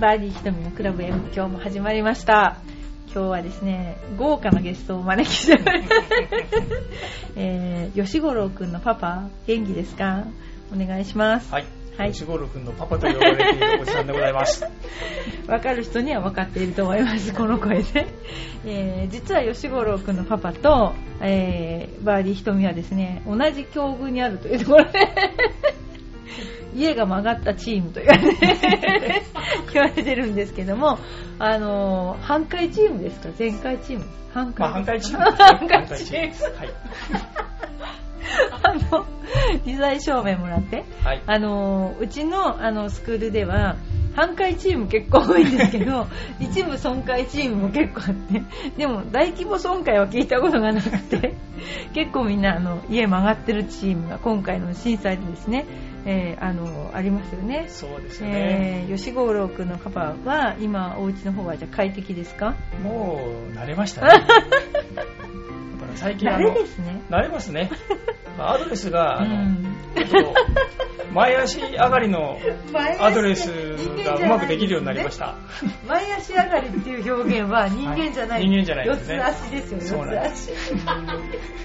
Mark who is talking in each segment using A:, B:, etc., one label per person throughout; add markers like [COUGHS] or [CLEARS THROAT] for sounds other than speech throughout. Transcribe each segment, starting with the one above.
A: バーディーひとみのクラブ M 今日も始まりました今日はですね豪華なゲストをお招きして、えー、吉五郎くんのパパ元気ですかお願いします
B: はい。
A: はい
B: 吉五郎君のパパと呼ばれているおじさんでござ
A: [LAUGHS]
B: います。
A: わかる人には分かっていると思います、 [LAUGHS] この声で。えー実は吉五郎くんのパパと、えーバーディーひとみはですね、同じ境遇にあるというところで、 [LAUGHS] 家が曲がったチームと言われて [LAUGHS] 言われてるんですけども、あのー半壊チームですか前回チーム半
B: まあ、
A: 壊
B: 反
A: です
B: 対チームですね。
A: 反対チーム
B: 反対チーム
A: [LAUGHS] あの、理財証明もらって。
B: はい。はい。
A: あのうちのあのスクールでは半壊チーム結構多いんですけ
B: [LAUGHS]
A: ど一部損壊チームも結構あってでも大規模損壊は聞いたことがなくて結構みんなあの家曲がってるチームが今回の震災でですね、えーあのありますよね。
B: そうですよ
A: え
B: ね。
A: ー、吉五郎君のパパは今お家の方はじゃあ快適ですか
B: もう、慣れ
A: [LAUGHS]
B: ましたね。やっぱ最近
A: 慣
B: あ
A: れ
B: の、
A: ですね
B: 慣れますね。まあアドレスが、あ
A: う
B: の、
A: ん
B: ちょっと、前足上が
A: [LAUGHS]
B: りのアドレスがうまくできるようになりました。
A: 前足上がりっていう表現は人間じゃない、
B: はい人間じゃないですね
A: 四つ足ですよね
B: そうなん
A: 四
B: で
A: つ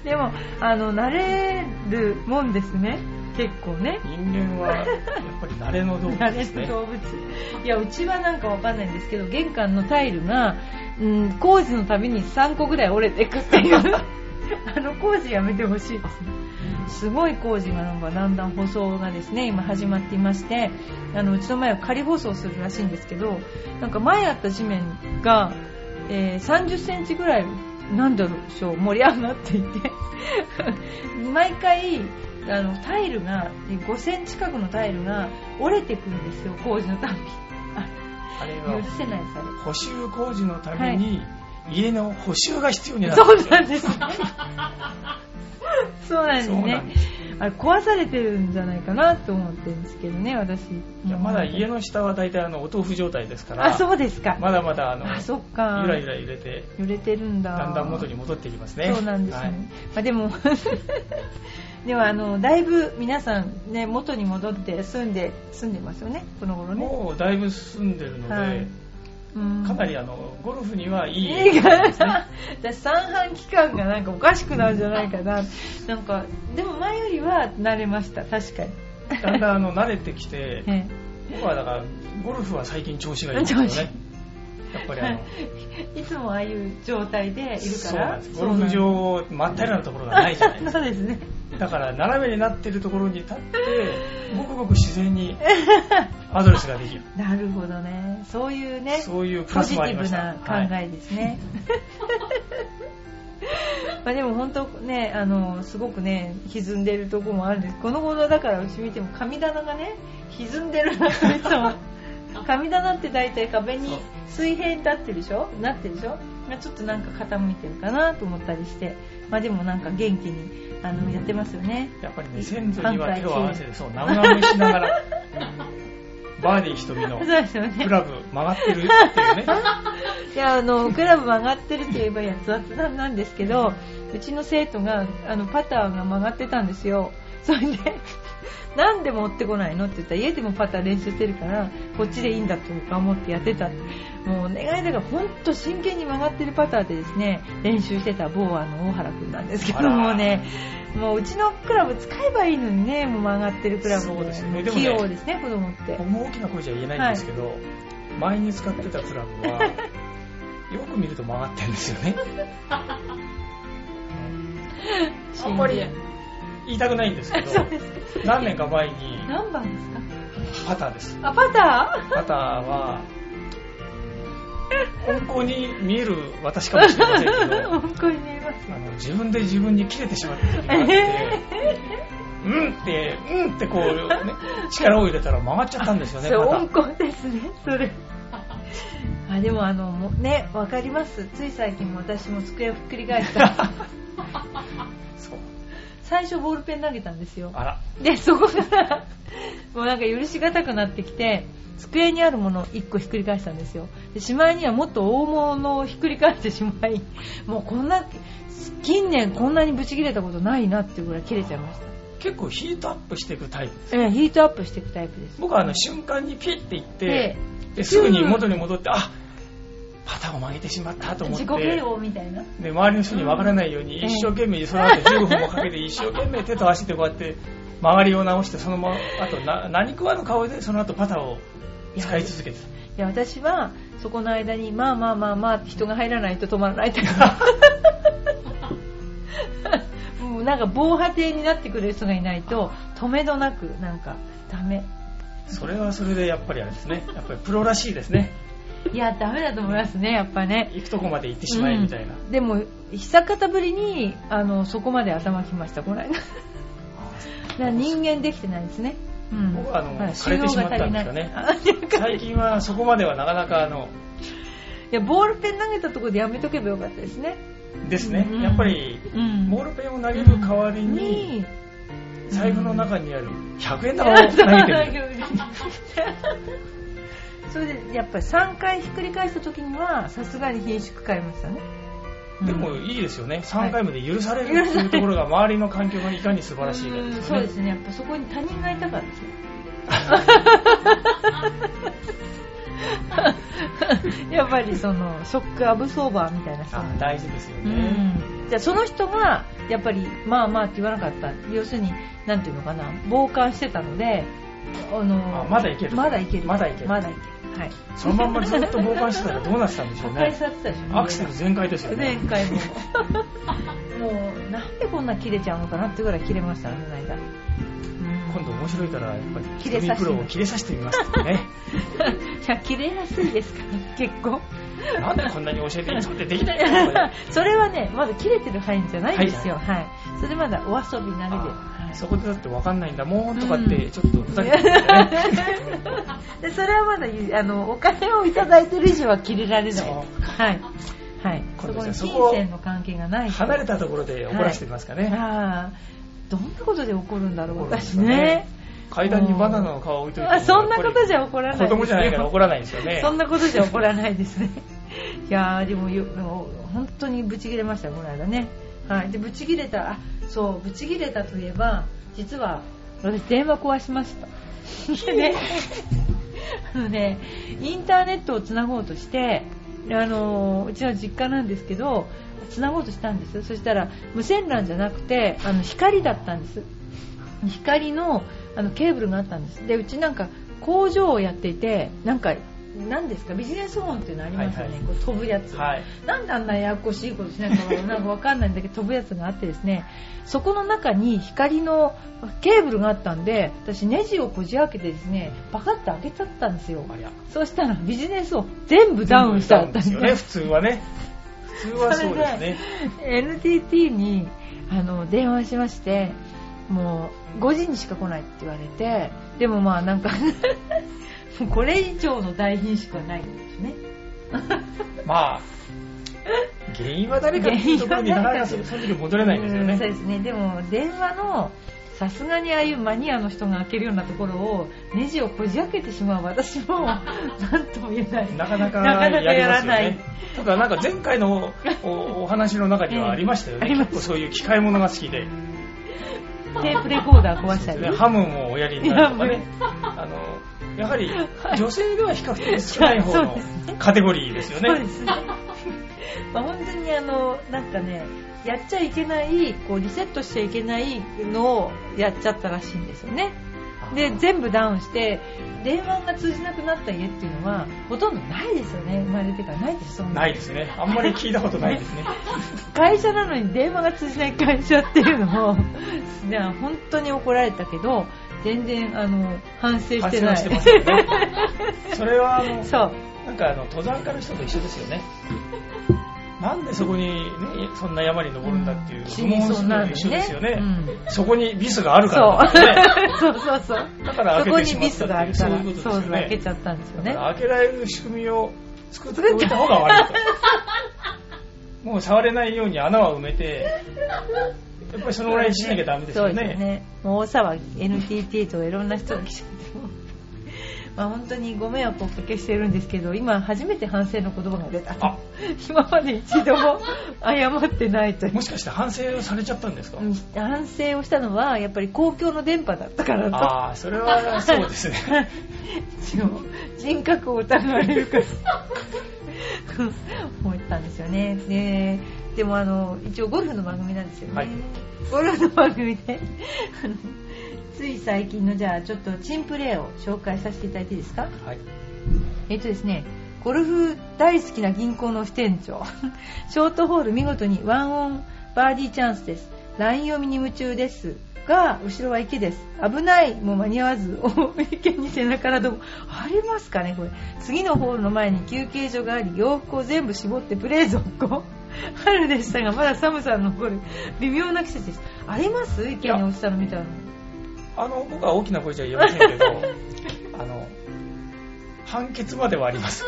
A: 足 [LAUGHS] でもあの慣れるもんですね結構ね
B: 人間は、やっぱり慣れの動物
A: 慣
B: で
A: れ
B: すね
A: る。動物いやうちはなんかわかんないんですけど玄関のタイルが、うん、工事のたびに3個ぐらい折れていくっていうあの工事やめてほしいですねすごい工事がなんかだんだん舗装がですね今始まっていましてあのうちの前を仮舗装するらしいんですけどなんか前あった地面が、えー30センチぐらいなんだろうしょう盛り上がっていて [LAUGHS] 毎回あのタイルが5センチ角のタイルが折れてくるんですよ工事のたび
B: あれ
A: 許
B: は、
A: せないですあれ
B: 補修工事のために、家の補修が必要になるん
A: そ
B: で
A: う
B: すよ。
A: なん
B: [LAUGHS]
A: ですね。そうなんです
B: そうなん
A: ね
B: で。
A: あれ壊されてるんじゃないかなと思ってるんですけどね、私。
B: いやまだ家の下は大体あのお豆腐状態ですから、
A: あ、そうですか。
B: まだまだあの
A: あ、そっか。
B: ゆらゆら揺れて、
A: 揺れてるんだ。
B: だんだん元に戻ってきますね。
A: そうなんですね。
B: はい
A: まあでも [LAUGHS] ではあのだいぶ皆さんね元に戻って住んで住んでますよねこの頃ね。
B: もうだいぶ住んでるので、
A: はいうん
B: かなりあのゴルフにはい
A: い
B: い
A: い
B: 影
A: か
B: 響
A: な
B: ですね。
A: 私三半期間がなんかおかしくなるんじゃないかな。なんかでも前よりは慣れました確かに。
B: だんだんあの慣れてき
A: [LAUGHS]
B: て、
A: ええ
B: 僕はだからゴルフは最近調子がいいんですよ
A: 調子
B: ね。やっぱりあの、
A: いつもああいう状態でいるから。
B: そうなんです。ゴ
A: そ
B: ル
A: うな
B: フ
A: んです
B: 場真っ平らなところがないじゃないですか。
A: [LAUGHS] そうですね。
B: だから斜めになってるところに立って、
A: [LAUGHS]
B: ごくごく自然にアドレスができる。
A: なるほどね。そういうね、
B: そういうプ
A: ポ
B: ラス
A: ジテ
B: もあり
A: ィ
B: ま
A: ブ
B: した。
A: な考えですね。 [LAUGHS] まあでも本当ね、あの、すごくね、歪んでるとこもあるんです。この頃だからうち見ても神棚がね、歪んでるなっていつも。 [LAUGHS] 神棚って大体壁に水平に立ってるでしょなってるでしょまあちょっとなんか傾いてるかなと思ったりして。まあでもなんか元気にあのやってますよね。
B: やっぱりね、先祖には手を合わせて、そう、なむなむしながら、バーディー瞳の
A: そうですよね
B: ク。ラブ曲がってるっていうね。
A: いやあのクラブ曲がってるといえばいや雑談なんですけどうちの生徒があのパターが曲がってたんですよそれで [LAUGHS] 「なんで持ってこないの?」って言ったら家でもパター練習してるからこっちでいいんだとか思ってやってたもうお願いだから本当真剣に曲がってるパターでですね練習してた某あの大原君なんですけ
B: あ
A: ど
B: ら
A: もうねもううちのクラブ使えばいいのにねもう曲がってるクラブ
B: そうですよねでもね
A: 器用ですね子供って
B: 僕も大きな声じゃ言えないんですけど、前に使ってたクラブは、よく見ると曲がってるんですよね。あんまり言いたくないんですけど、何年か前に
A: 何番ですか
B: パターです。
A: あパター
B: パターは、本校に見える私かもしれませんけど、
A: 本当に見えます
B: あの自分で自分に切れてしまった時が
A: [LAUGHS]
B: あって、うんって、うんってこう、ね、力を入れたら曲がっちゃったんですよね、
A: そう、
B: ま
A: 温厚ですね、それ。 [LAUGHS] あでもあのもうねわかりますつい最近も私も机をひっくり返した [LAUGHS]
B: た。そう。
A: 最初ボールペン投げたんですよ
B: あら。
A: でそこから [LAUGHS] もうなんか許しがたくなってきて机にあるものを1個ひっくり返したんですよでしまいにはもっと大物をひっくり返してしまいもうこんな近年こんなにブチ切れたことないなっていうぐらい切れちゃいました
B: 結構ヒートアップしていくタイプ
A: ええヒートアップしていくタイプです。
B: 僕はあの瞬間にピッていって
A: で、
B: ですぐに元に戻って、あパターンを曲げてしまったと思っ
A: 自
B: て
A: 己嫌悪みたいな。
B: で周りの人に分からないように
A: うん
B: 一生懸命その後15分もかけて一生懸命手と足でこうやって曲がりを直してそのままあとな何食わぬ顔でその後パターを使い続けて
A: いや、私は、そこの間に、まあまあまあまあ、人が入らないと止まらないとか。もうなんか防波堤になってくれる人がいないと、止めどなく、なんか、ダメ。
B: それはそれでやっぱりあれですねやっぱりプロらしいで
A: [LAUGHS]
B: すね
A: いや、ダメだと思いますね、やっぱね。
B: 行くとこまで行ってしまえみたいな、
A: うんでも久方ぶりにあのそこまで頭きましたこの間だから人間できてないですね、うん、
B: 僕はあの
A: まだ
B: 枯れてしまったんですよね
A: 修行が足りない
B: 最近はそこまではなかなかあの
A: いやボールペン投げたところでやめとけばよかったですね、
B: ですね
A: うん
B: やっぱり
A: うん
B: ボールペンを投げる代わりに
A: に
B: 財布の中にある100円玉を投げてみる
A: それでやっぱり3回ひっくり返した時にはさすがに品縮変えましたね、 [LAUGHS] うん
B: でもいいですよね、3回まで許されるっていうところが周りの環境がいかに素晴らしいかです
A: うん [LAUGHS] そ
B: よ
A: う
B: ね。
A: ですねやっぱそこに他人がいたから
B: [LAUGHS]
A: ですよやっぱりそのショックアブソーバーみたいな人
B: あ大事ですよ
A: う
B: ね。
A: んじゃあその人がやっぱりまあまあって言わなかった要するになんていうのかな傍観してたのであの
B: あまだいける
A: まだいける
B: まだいける
A: まだいけるはい
B: そのまんまずっと傍観してたらどうなってたんでしょ
A: 誤
B: う
A: [LAUGHS] 解
B: ね。
A: されてたでしょ
B: アクセル全開ですよ
A: 前
B: ね。 [LAUGHS]
A: 回ももうなんでこんな切れちゃうのかなってぐらい切れましたねこの間うん
B: 今度面白いから、やっぱり、
A: 切れさせて
B: プロを切れさせてみますって
A: [LAUGHS]
B: ね。
A: いや、切れやすいです
B: [LAUGHS]
A: から、結構。
B: なんでこんなに教えていつってできない
A: [LAUGHS]
B: んだろ
A: それはね、まだ切れてる範囲じゃないんですよ。はい。それまだお遊び慣れで。はい
B: そこでだって分かんないんだもんとかっ
A: う
B: て、
A: ん
B: ちょっとふざけてるん
A: [LAUGHS]
B: だよね。
A: でそれはまだいいあのお金をいただいてる以上は切れられない。
B: そう
A: はい。はい。そ
B: 今
A: こ
B: 度じゃ
A: に
B: あそ
A: 金
B: こを
A: 銭の関係がない。
B: 離れたところで怒らせてみますかね。
A: ああ、どんなことで怒るんだろう、
B: 怒るんで
A: 私
B: すかね
A: ね。
B: 階段にバナナの皮を置いといても
A: あそんなことじゃ怒らないです
B: 子
A: よ
B: 供じゃないから怒らないですよね。
A: そんなことじゃ怒らないですね。 [LAUGHS] いやー、でもよ、でも本当にブチギレました、この間ね。はい。で、ブチギレた、あ、そう、ブチギレたといえば、実は、私、電話壊しま
B: [LAUGHS]
A: した。ね。あ [LAUGHS] のね、インターネットをつなごうとして、あのーうちの実家なんですけど、つなごうとしたんですよ。そしたら、無線 LAN じゃなくて、あの、光だったんです。光のあのケーブルがあったんですでうちなんか工場をやっていてなんか何ですかビジネスホーンっていうのありますよね、
B: はいはい
A: こう飛ぶやつ、
B: はい。
A: なんであんなややこしいことしないのかなんかわかんないんだけど飛ぶやつがあってですねそこの中に光のケーブルがあったんで私ネジをこじ開けてですねパカッと開けちゃったんですよ
B: ありゃ
A: そうしたらビジネスを全部ダウンしちゃったん
B: ですよね、普通はね。普通はそうですね。
A: NTT にあの電話しましてもう5時にしか来ないって言われてでもまあなんか [LAUGHS] もうこれ以上の大品種はないんですね
B: まあ、原因は誰かっていうところになかなかその時に戻れないんですよ
A: うんそう
B: ね。
A: ですねでも電話のさすがにああいうマニアの人が開けるようなところをネジをこじ開けてしまう私も
B: [LAUGHS]
A: なんとも言えない
B: なかなか
A: なかなか
B: やり
A: や
B: ま
A: ら
B: すよね。
A: ない
B: ただなんか前回の
A: [LAUGHS]
B: おお話の中にはありましたよね。
A: ええありま
B: 結構そういう機械物が好きで。
A: テープレコーダー壊したり
B: ねハムもおやりになるとかね。あの、やはり女性では比較的少ない方
A: そう
B: の
A: です
B: カテゴリーですよ
A: そうで
B: ね。
A: すね。 [LAUGHS] まあ、本当にあの、なんかね、やっちゃいけない、こうリセットしちゃいけないのをやっちゃったらしいんですよね。で、全部ダウンして、電話が通じなくなった家っていうのは、ほとんどないですよね。生まれてからないです、そんな。
B: ないですね。あんまり聞いたことないで
A: [LAUGHS]
B: すね。
A: 会社なのに電話が通じない会社っていうの
B: [LAUGHS]
A: を、じゃあ本当に怒られたけど、全然、あの、反省してない。
B: 反省はしてますよ
A: [LAUGHS]
B: ね。それはあの、
A: そう。
B: なんかあの登山家の人と一緒ですよね。なんでそこに、ね、そんな山に登るんだっていう
A: 不
B: 不
A: 思議
B: 問
A: そうなん
B: と
A: で
B: 一緒ですよね
A: う。ん
B: そこにビスがあるか
A: そう
B: らですよね。。
A: そう [LAUGHS] そうそう。
B: だから
A: そこ
B: 開けて
A: に
B: しま
A: ミ
B: っ
A: ス
B: た
A: があ
B: ってい
A: る
B: う、
A: か
B: そう
A: ら、
B: いうこと
A: そう
B: ですよ
A: 開け
B: ね
A: ち。ゃったんですよ
B: だ
A: ね
B: か。ら開けられる仕組みを作っておいた方が悪いと。もう触れないように穴は埋めて、やっぱりそのぐらいしなきゃダメですよ
A: そうです
B: ね。
A: ね。もう大騒ぎ、NTT といろんな人が来ちゃってもう。 [LAUGHS] まあ、本当にご迷惑をおかけしてるんですけど今初めて反省の言葉が出た
B: あ
A: [LAUGHS] 今まで一度も謝ってないという
B: もしかして反省されちゃったんですか、
A: うん反省をしたのはやっぱり公共の電波だったからと
B: ああそれはそうです
A: [LAUGHS]
B: ね
A: 一応人格を疑われるから思ったんですよねででもあの一応ゴルフの番組なんですよね、
B: はい
A: ゴルフの番組であのつい最近のじゃあちょっとチンプレーを紹介させていただいていいですか
B: はい
A: えっとですねゴルフ大好きな銀行の支店長 [LAUGHS] ショートホール見事にワンオンバーディーチャンスですライン読みに夢中ですが後ろは池です危ないもう間に合わず池に背中からどうありますかねこれ次のホールの前に休憩所があり洋服を全部絞ってプレー続行春でしたがまだ寒さの残る微妙な季節ですあります池に落ちたの見たの
B: あの僕は大きな声じゃ言えませんけどあの判決まではあります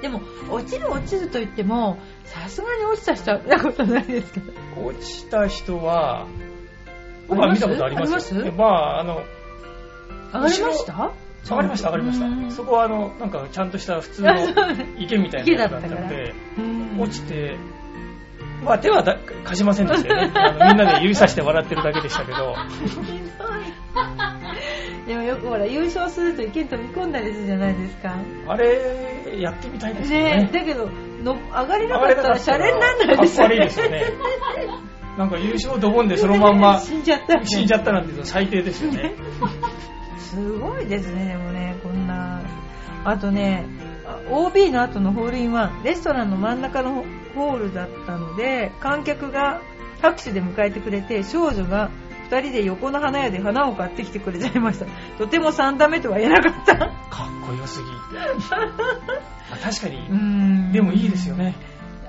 A: でも落ちる落ちると言ってもさすがに落ちた人は見たことないですけど
B: 落ちた人は僕は見たことあります
A: あ
B: よ
A: ります
B: えまああの
A: 上がりました
B: 上がりました上がりま
A: うん
B: したそこはあのなんかちゃんとした普通
A: [LAUGHS]
B: の池みたいなやつだ
A: 池だ
B: ったの
A: ったから
B: で落ちてまあ手はだ貸しませんでしたよねあのみんなで指さして笑ってるだけでした
A: [LAUGHS]
B: けど
A: でもよくほら優勝すると意見飛び込んだりするじゃないですか
B: あれやってみたいですよ
A: ね
B: ね
A: えだけどの上がれなかったらシャレになんない
B: か
A: で
B: っ
A: す
B: こ
A: よ
B: 悪いですよねなんか優勝ドボンでそのまん
A: [LAUGHS]
B: ま
A: 死んじゃった
B: 死んじゃったなんて最低ですよね
A: すごいですねでもねこんなあとねあ OB の後のホールインワンレストランの真ん中のホールだったので観客が拍手で迎えてくれて少女が2人で横の花屋で花を買ってきてくれちゃいましたとても3打目とは言えなかった
B: かっこよ
A: [LAUGHS]
B: すぎてあ確か
A: うー
B: に
A: ん
B: でもいいですよね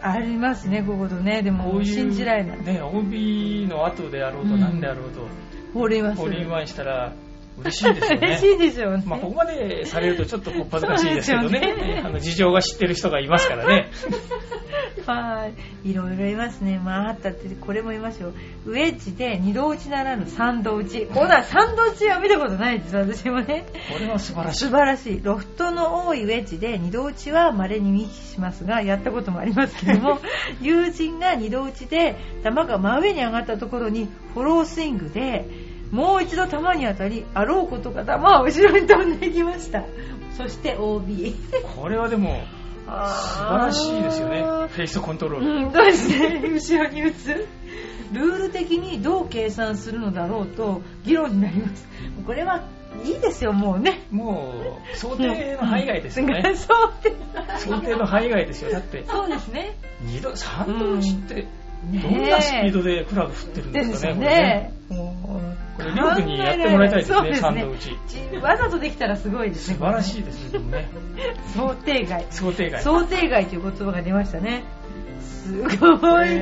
A: ありますねこことねで
B: こ
A: も
B: ういう
A: 信じられない
B: ね OB の後であろうと
A: うん
B: 何であろうと、
A: ホールインワンす
B: ホー
A: る
B: ルインワンしたら嬉しいです
A: [LAUGHS]
B: よね
A: 嬉しいでしょうね、
B: まあ、ここまでされるとちょっとこっぱずかしいですけどね
A: そうですよね
B: あの事情が知ってる人がいますからね
A: はい、いろいろいますね。まあ、あったって、これもいますよ。ウエッジで二度打ちならぬ三度打ち。ほら、三度打ちは見たことないです、私もね。
B: これは素晴らしい
A: 素晴らしい。ロフトの多いウェッジで二度打ちは稀に見聞きしますが、やったこともありますけど
B: [LAUGHS]
A: も、友人が二度打ちで、球が真上に上がったところにフォロースイングで、もう一度球に当たり、あろうことか球は後ろに飛んでいきました。そして OB。
B: これはでも
A: 素
B: 素晴らしいですよねフェイスコントロール、
A: うん、どうして後ろに打つルール的にどう計算するのだろうと議論になりますこれはいいですよもうね
B: もう想定の範囲外ですよ
A: そう
B: ね
A: です
B: 想定の範囲外ですよだって
A: そうですね
B: 2度3度打ちって
A: うん
B: どんなスピードでクラブ振ってるん
A: で
B: です
A: す
B: かね
A: よ
B: これ
A: ね
B: ね
A: もう
B: これリョウ君にやってもらいたいですね
A: 考えられ
B: 三
A: ない
B: 度打ち
A: そうですねわざとできたらすごいです
B: 素
A: ね
B: 晴らしいですねでもね
A: 想定外
B: 想定外
A: 想定外という言葉が出ましたねすごいこれ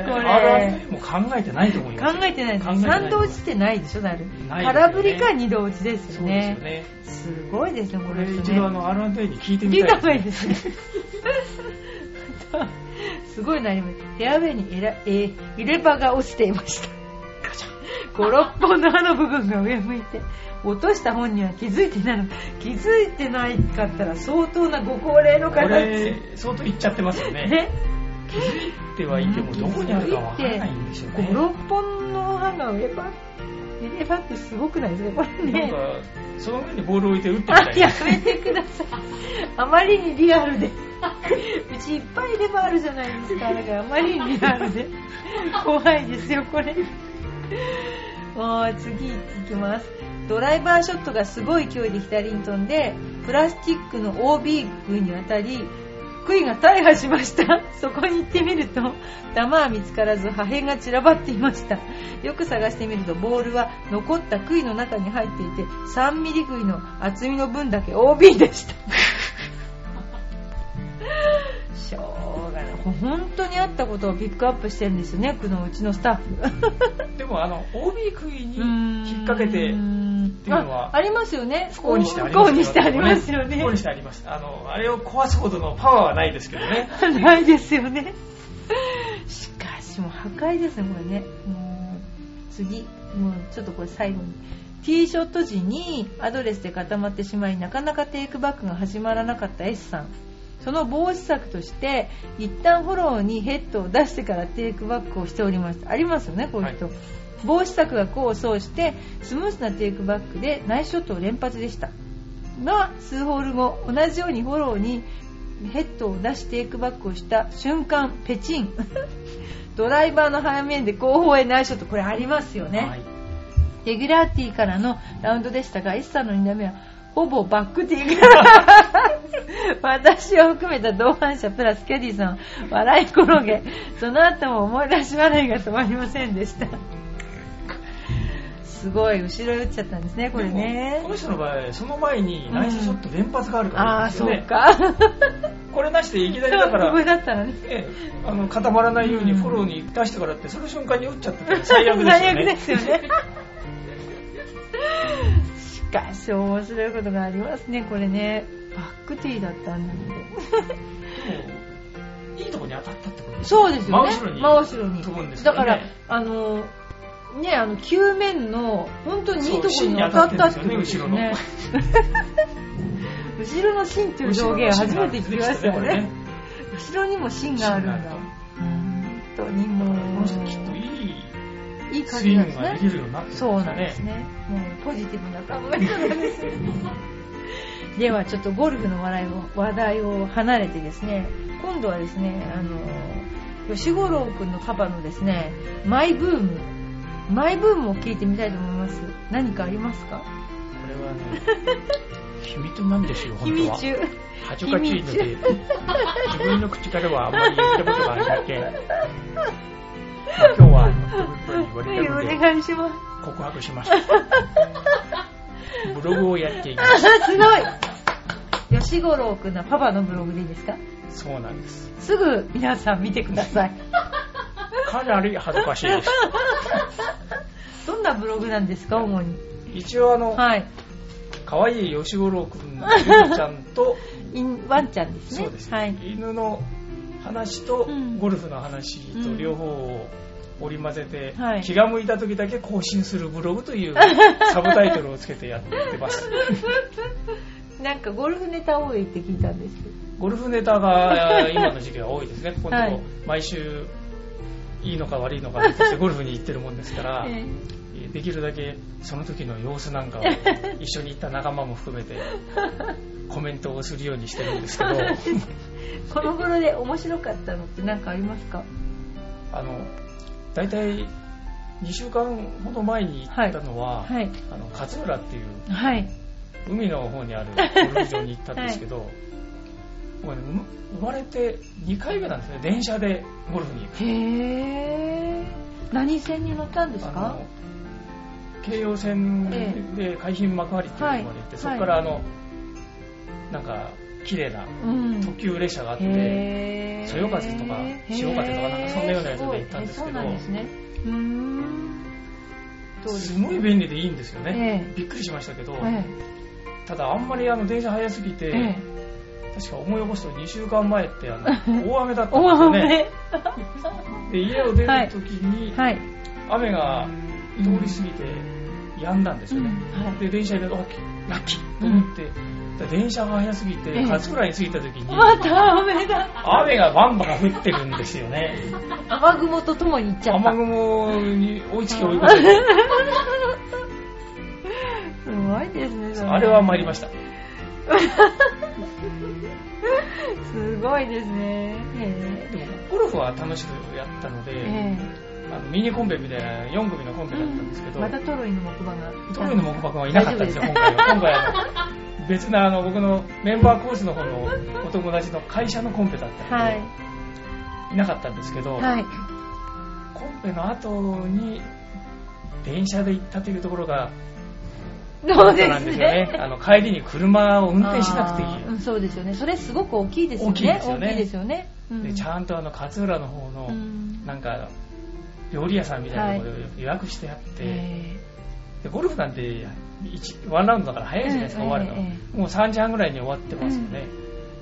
B: RRA も考えてないと思います
A: 考えてないです
B: 考えてない
A: 3度打ちってないでしょだる
B: ないですよね
A: 空振りか2度打ちです
B: そ
A: よ
B: うですよ
A: ね
B: ね
A: すごいですねこ
B: こ
A: れ
B: れ一度あの R&A に聞いてみ
A: 聞いた
B: たい
A: 方がいい
B: で
A: ですね [LAUGHS] すごいなりますフェアウェイにえら、えー入れ歯が落ちていました56本の歯の部分が上向いて落とした本人は気づいていないの気づいてないかったら相当なご高齢の
B: こ
A: 方です
B: れ [LAUGHS] 相当いっちゃってますよね
A: ね
B: ってはいてもどこにあるかわからないんですよね。
A: 56本の歯が上歯入れ歯ってすごくないですかこれ
B: なん
A: ね
B: かその上にボールを置いて打ってみ
A: あ
B: た、い
A: や
B: な。
A: めてください。あまりにリアルで。うちいっぱいレバーあるじゃないですか。だからあまりにリアルで。怖いですよ、これ。もう次行きます。ドライバーショットがすごい勢いで左に飛んで、プラスチックの OB 杭に当たり、杭が大破しました。 [LAUGHS] そこに行ってみると、玉は見つからず破片が散らばっていました。よく探してみると、ボールは残った杭の中に入っていて、3ミリ杭の厚みの分だけ OB で
B: [LAUGHS]
A: した。しょうがない。本当にあったことをピックアップしてるんですよね、このうちのスタッフ。
B: でもあの OB 食いに
A: うーん
B: 引っ掛けてっていうのは
A: あありますよね
B: 不幸にしてあり
A: 不
B: ます
A: 幸にしてありますよ
B: 不
A: ね
B: 幸にしてあります。あのあれを壊すほどのパワーはないですけどね。
A: ないですよねしかしもう破壊ですねこれねもう次もうちょっとこれ最後にティーショット時にアドレスで固まってしまいなかなかテイクバックが始まらなかった S さんその防止策として一旦フォローにヘッドを出してからテイクバックをしておりましたありますよねこういう人、
B: はい
A: 防止策が功を奏してスムーズなテイクバックでナイスショットを連発でしたが数ホール後同じようにフォローにヘッドを出しテイクバックをした瞬間ペチン [LAUGHS] ドライバーの背面で後方へナイスショットこれありますよね、
B: はい
A: レギュラーティーからのラウンドでしたが、一さんの2打目は、ほぼバックティー
B: [LAUGHS]
A: から、私を含めた同伴者プラスキャディーさんは笑い転げ、その後も思い出し笑いが止まりませんで
B: [LAUGHS]
A: した。すごい、後ろ打っちゃったんですね、これ
B: で
A: ね
B: もこ。の人の場合、その前にナイスショット連発があるから、
A: ああー、そう。か。
B: これなしでいきなりだか
A: そう、
B: ら、
A: これだったらね。
B: ええあの固まらないようにフォローに出してからって、その瞬間に打っちゃってたら最悪ですよね。
A: [LAUGHS] 最悪ですよね。しかし、面白いことがありますね、これね。バックティーだったんだけど。
B: でもいいとこに当たったってことです
A: そうですよね。
B: 真後ろに
A: 真後ろに。
B: 飛ぶんですよ
A: だ
B: ね
A: から、あの、ね、あの、球面の、本当にいいとこ
B: そう
A: ろ
B: 芯
A: に
B: に
A: 当
B: 当
A: た
B: た
A: っ
B: ったた
A: っ
B: ってて
A: こで
B: こととですす
A: よ
B: よ
A: ね
B: ね。
A: [LAUGHS] 後ろの芯っていう表現初めて聞きましたよね。後ろにも芯があるんだ。
B: 芯がある
A: 本当に
B: こ
A: も
B: の人きっと
A: う、
B: いい
A: いい感
B: ス
A: じ
B: イ
A: な
B: ン
A: んで
B: グ
A: す
B: ができ
A: ね。
B: るようになってきました
A: そうなんです。ね。もうポジティブな考え方なんですね。 [LAUGHS] ではちょっとゴルフの話題を話題を離れてですね今度はですねあの吉五郎君のパパのですねマイブームマイブームを聞いてみたいと思います何かありますか
B: これは
A: [LAUGHS]
B: ね、秘密なんですよ、
A: 秘
B: 本
A: 密
B: 当は。
A: 中
B: 恥ずかしいので、自分の口からはあまり言ったことがありませ
A: [LAUGHS]
B: ん。まあ今日は、あの、言わ
A: はいお
B: れたので、
A: 願いします
B: 告白しました。ブログをやっていま
A: あ
B: す。
A: すごい吉五郎君のパパのブログでいいですか
B: そうなんです。
A: すぐ皆さん見てください
B: かなり恥ずかしい
A: [LAUGHS]
B: です。
A: どんなブログなんですか主に
B: 一応あの、
A: はい
B: 可愛い吉五郎くんの犬ちゃんと、
A: インワンちゃんですね
B: そうです、
A: はい
B: 犬の話と
A: うん
B: ゴルフの話
A: う
B: と
A: ん
B: 両方を織り交ぜて、
A: はい
B: 気が向いた時だけ更新するブログという
A: [LAUGHS]
B: サブタイトルをつけてやってます。
A: なんかゴルフネタ多いって聞いたんですけど
B: ゴルフネタが今の時期は多いですね。ここのと
A: はい
B: こ毎週いいのか悪いのかそしてゴルフに行ってるもんですから、
A: [LAUGHS] え
B: できるだけその時の様子なんかを一緒に行った仲間も
A: [LAUGHS]
B: 含めてコメントをするようにしてるんですけど、
A: え [LAUGHS] この頃で面白かったのって何かありますか
B: あの、大体2週間ほど前に行ったのは、
A: はい
B: あの勝浦っていう
A: はい
B: 海の方にあるゴルフ場に行ったんですけど、僕はね生ま生まれて2回目なんですね電車でゴルフに行く
A: へえ何線に乗ったんです
B: あ
A: か
B: の京葉線で海浜幕張っていうところまで行って、
A: はい
B: そこからあのなんか綺麗な
A: うん
B: 特急列車があって、
A: へえ
B: そよ風とか潮風とかなんかそんなようなやつで行ったんですけど
A: へえごいえそうなんですねうーんどうです
B: すごい便利でいいんですよね、
A: ええ
B: びっくりしましたけど、
A: え
B: ただあんまりあの電車早すぎて、
A: ええ
B: 確か思い起こすと2週間前ってあの
A: [LAUGHS]
B: 大雨だったんです
A: お
B: よ
A: お
B: ね
A: ね
B: で家を出る時に、
A: はい
B: 雨が通り過ぎて止んだんですよね、
A: うんはい
B: で電車でラッキーラッキーと思って、で電車が早すぎ
A: ええ
B: て勝浦に過ぎた時に
A: また雨だ
B: 雨がバンバン降ってるんですよ
A: [LAUGHS]
B: ね
A: 雨雲とともに行っちゃった
B: 雨雲に追いつき追い越
A: [LAUGHS]
B: せて
A: すごいですねそ
B: あれは参りました
A: すごいですねへ
B: でもゴルフは楽しくやったので、
A: えええ
B: あのミニコンペみたいな4組のコンペだったんですけど、
A: またトロイの木馬がいたんです
B: トムの木馬はいなかったんですよ、
A: 大丈
B: 今回は。今回はあの別なあの僕のメンバーコースの方のお友達の会社のコンペだったので、
A: はい
B: い、なかったんですけど、
A: はい
B: コンペの後に電車で行ったというところが
A: どうで
B: なん
A: す
B: ですよ
A: ね
B: ね。あの帰りに車を運転しなくてい
A: あーうんそうですよねそれすごく大きいですよね
B: 大きいですよね
A: 大きいですよねう
B: い。でちゃんとあの勝浦の方の、
A: うん
B: なんか料理屋さんみたいなところで予約してあって、
A: え
B: でゴルフなんて一ワンラウンドだから早いじゃないですか、
A: ええ
B: 終わるの、
A: え
B: もう3時半ぐらいに終わってますよね、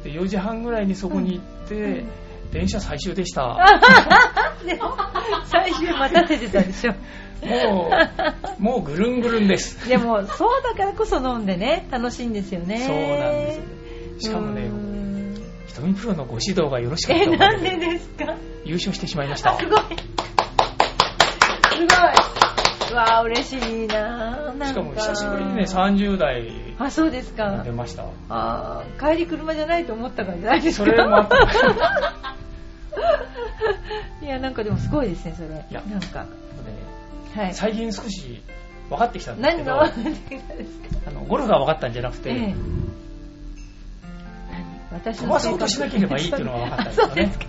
B: で4時半ぐらいにそこに行って、
A: うん
B: 電車最終でした、
A: ーでも最終待たせてたでしょ
B: もう、もうぐるんぐるんです。
A: でも、そうだからこそ飲んでね、楽しいんですよね。
B: そうなんです。しかも
A: うー
B: ね、
A: ん
B: 瞳プロのご指導がよろしかった
A: え、
B: お
A: な
B: か
A: ん
B: げ
A: で
B: で
A: ですか
B: 優勝してしまいました
A: あ、。すごい。すごい。うわあ嬉しいなぁ。なん
B: しかも久しぶりにね、30代
A: あ、そうですか
B: 出。ました。
A: あー帰り車じゃないと思ったからじゃないですか。
B: それもあった
A: [LAUGHS] いや、なんかでもすごいですね、それ。
B: いや
A: なんか。は
B: ね
A: い。
B: 最近少し分かってきたんですけ
A: 何
B: ど、
A: が
B: あ
A: 悪いですか
B: のゴルフが分かったんじゃなく
A: ええ
B: て、
A: 何私
B: 飛ばそうとしなければいいっていうのが分かったんです
A: そ
B: よ
A: うで
B: ね
A: すか。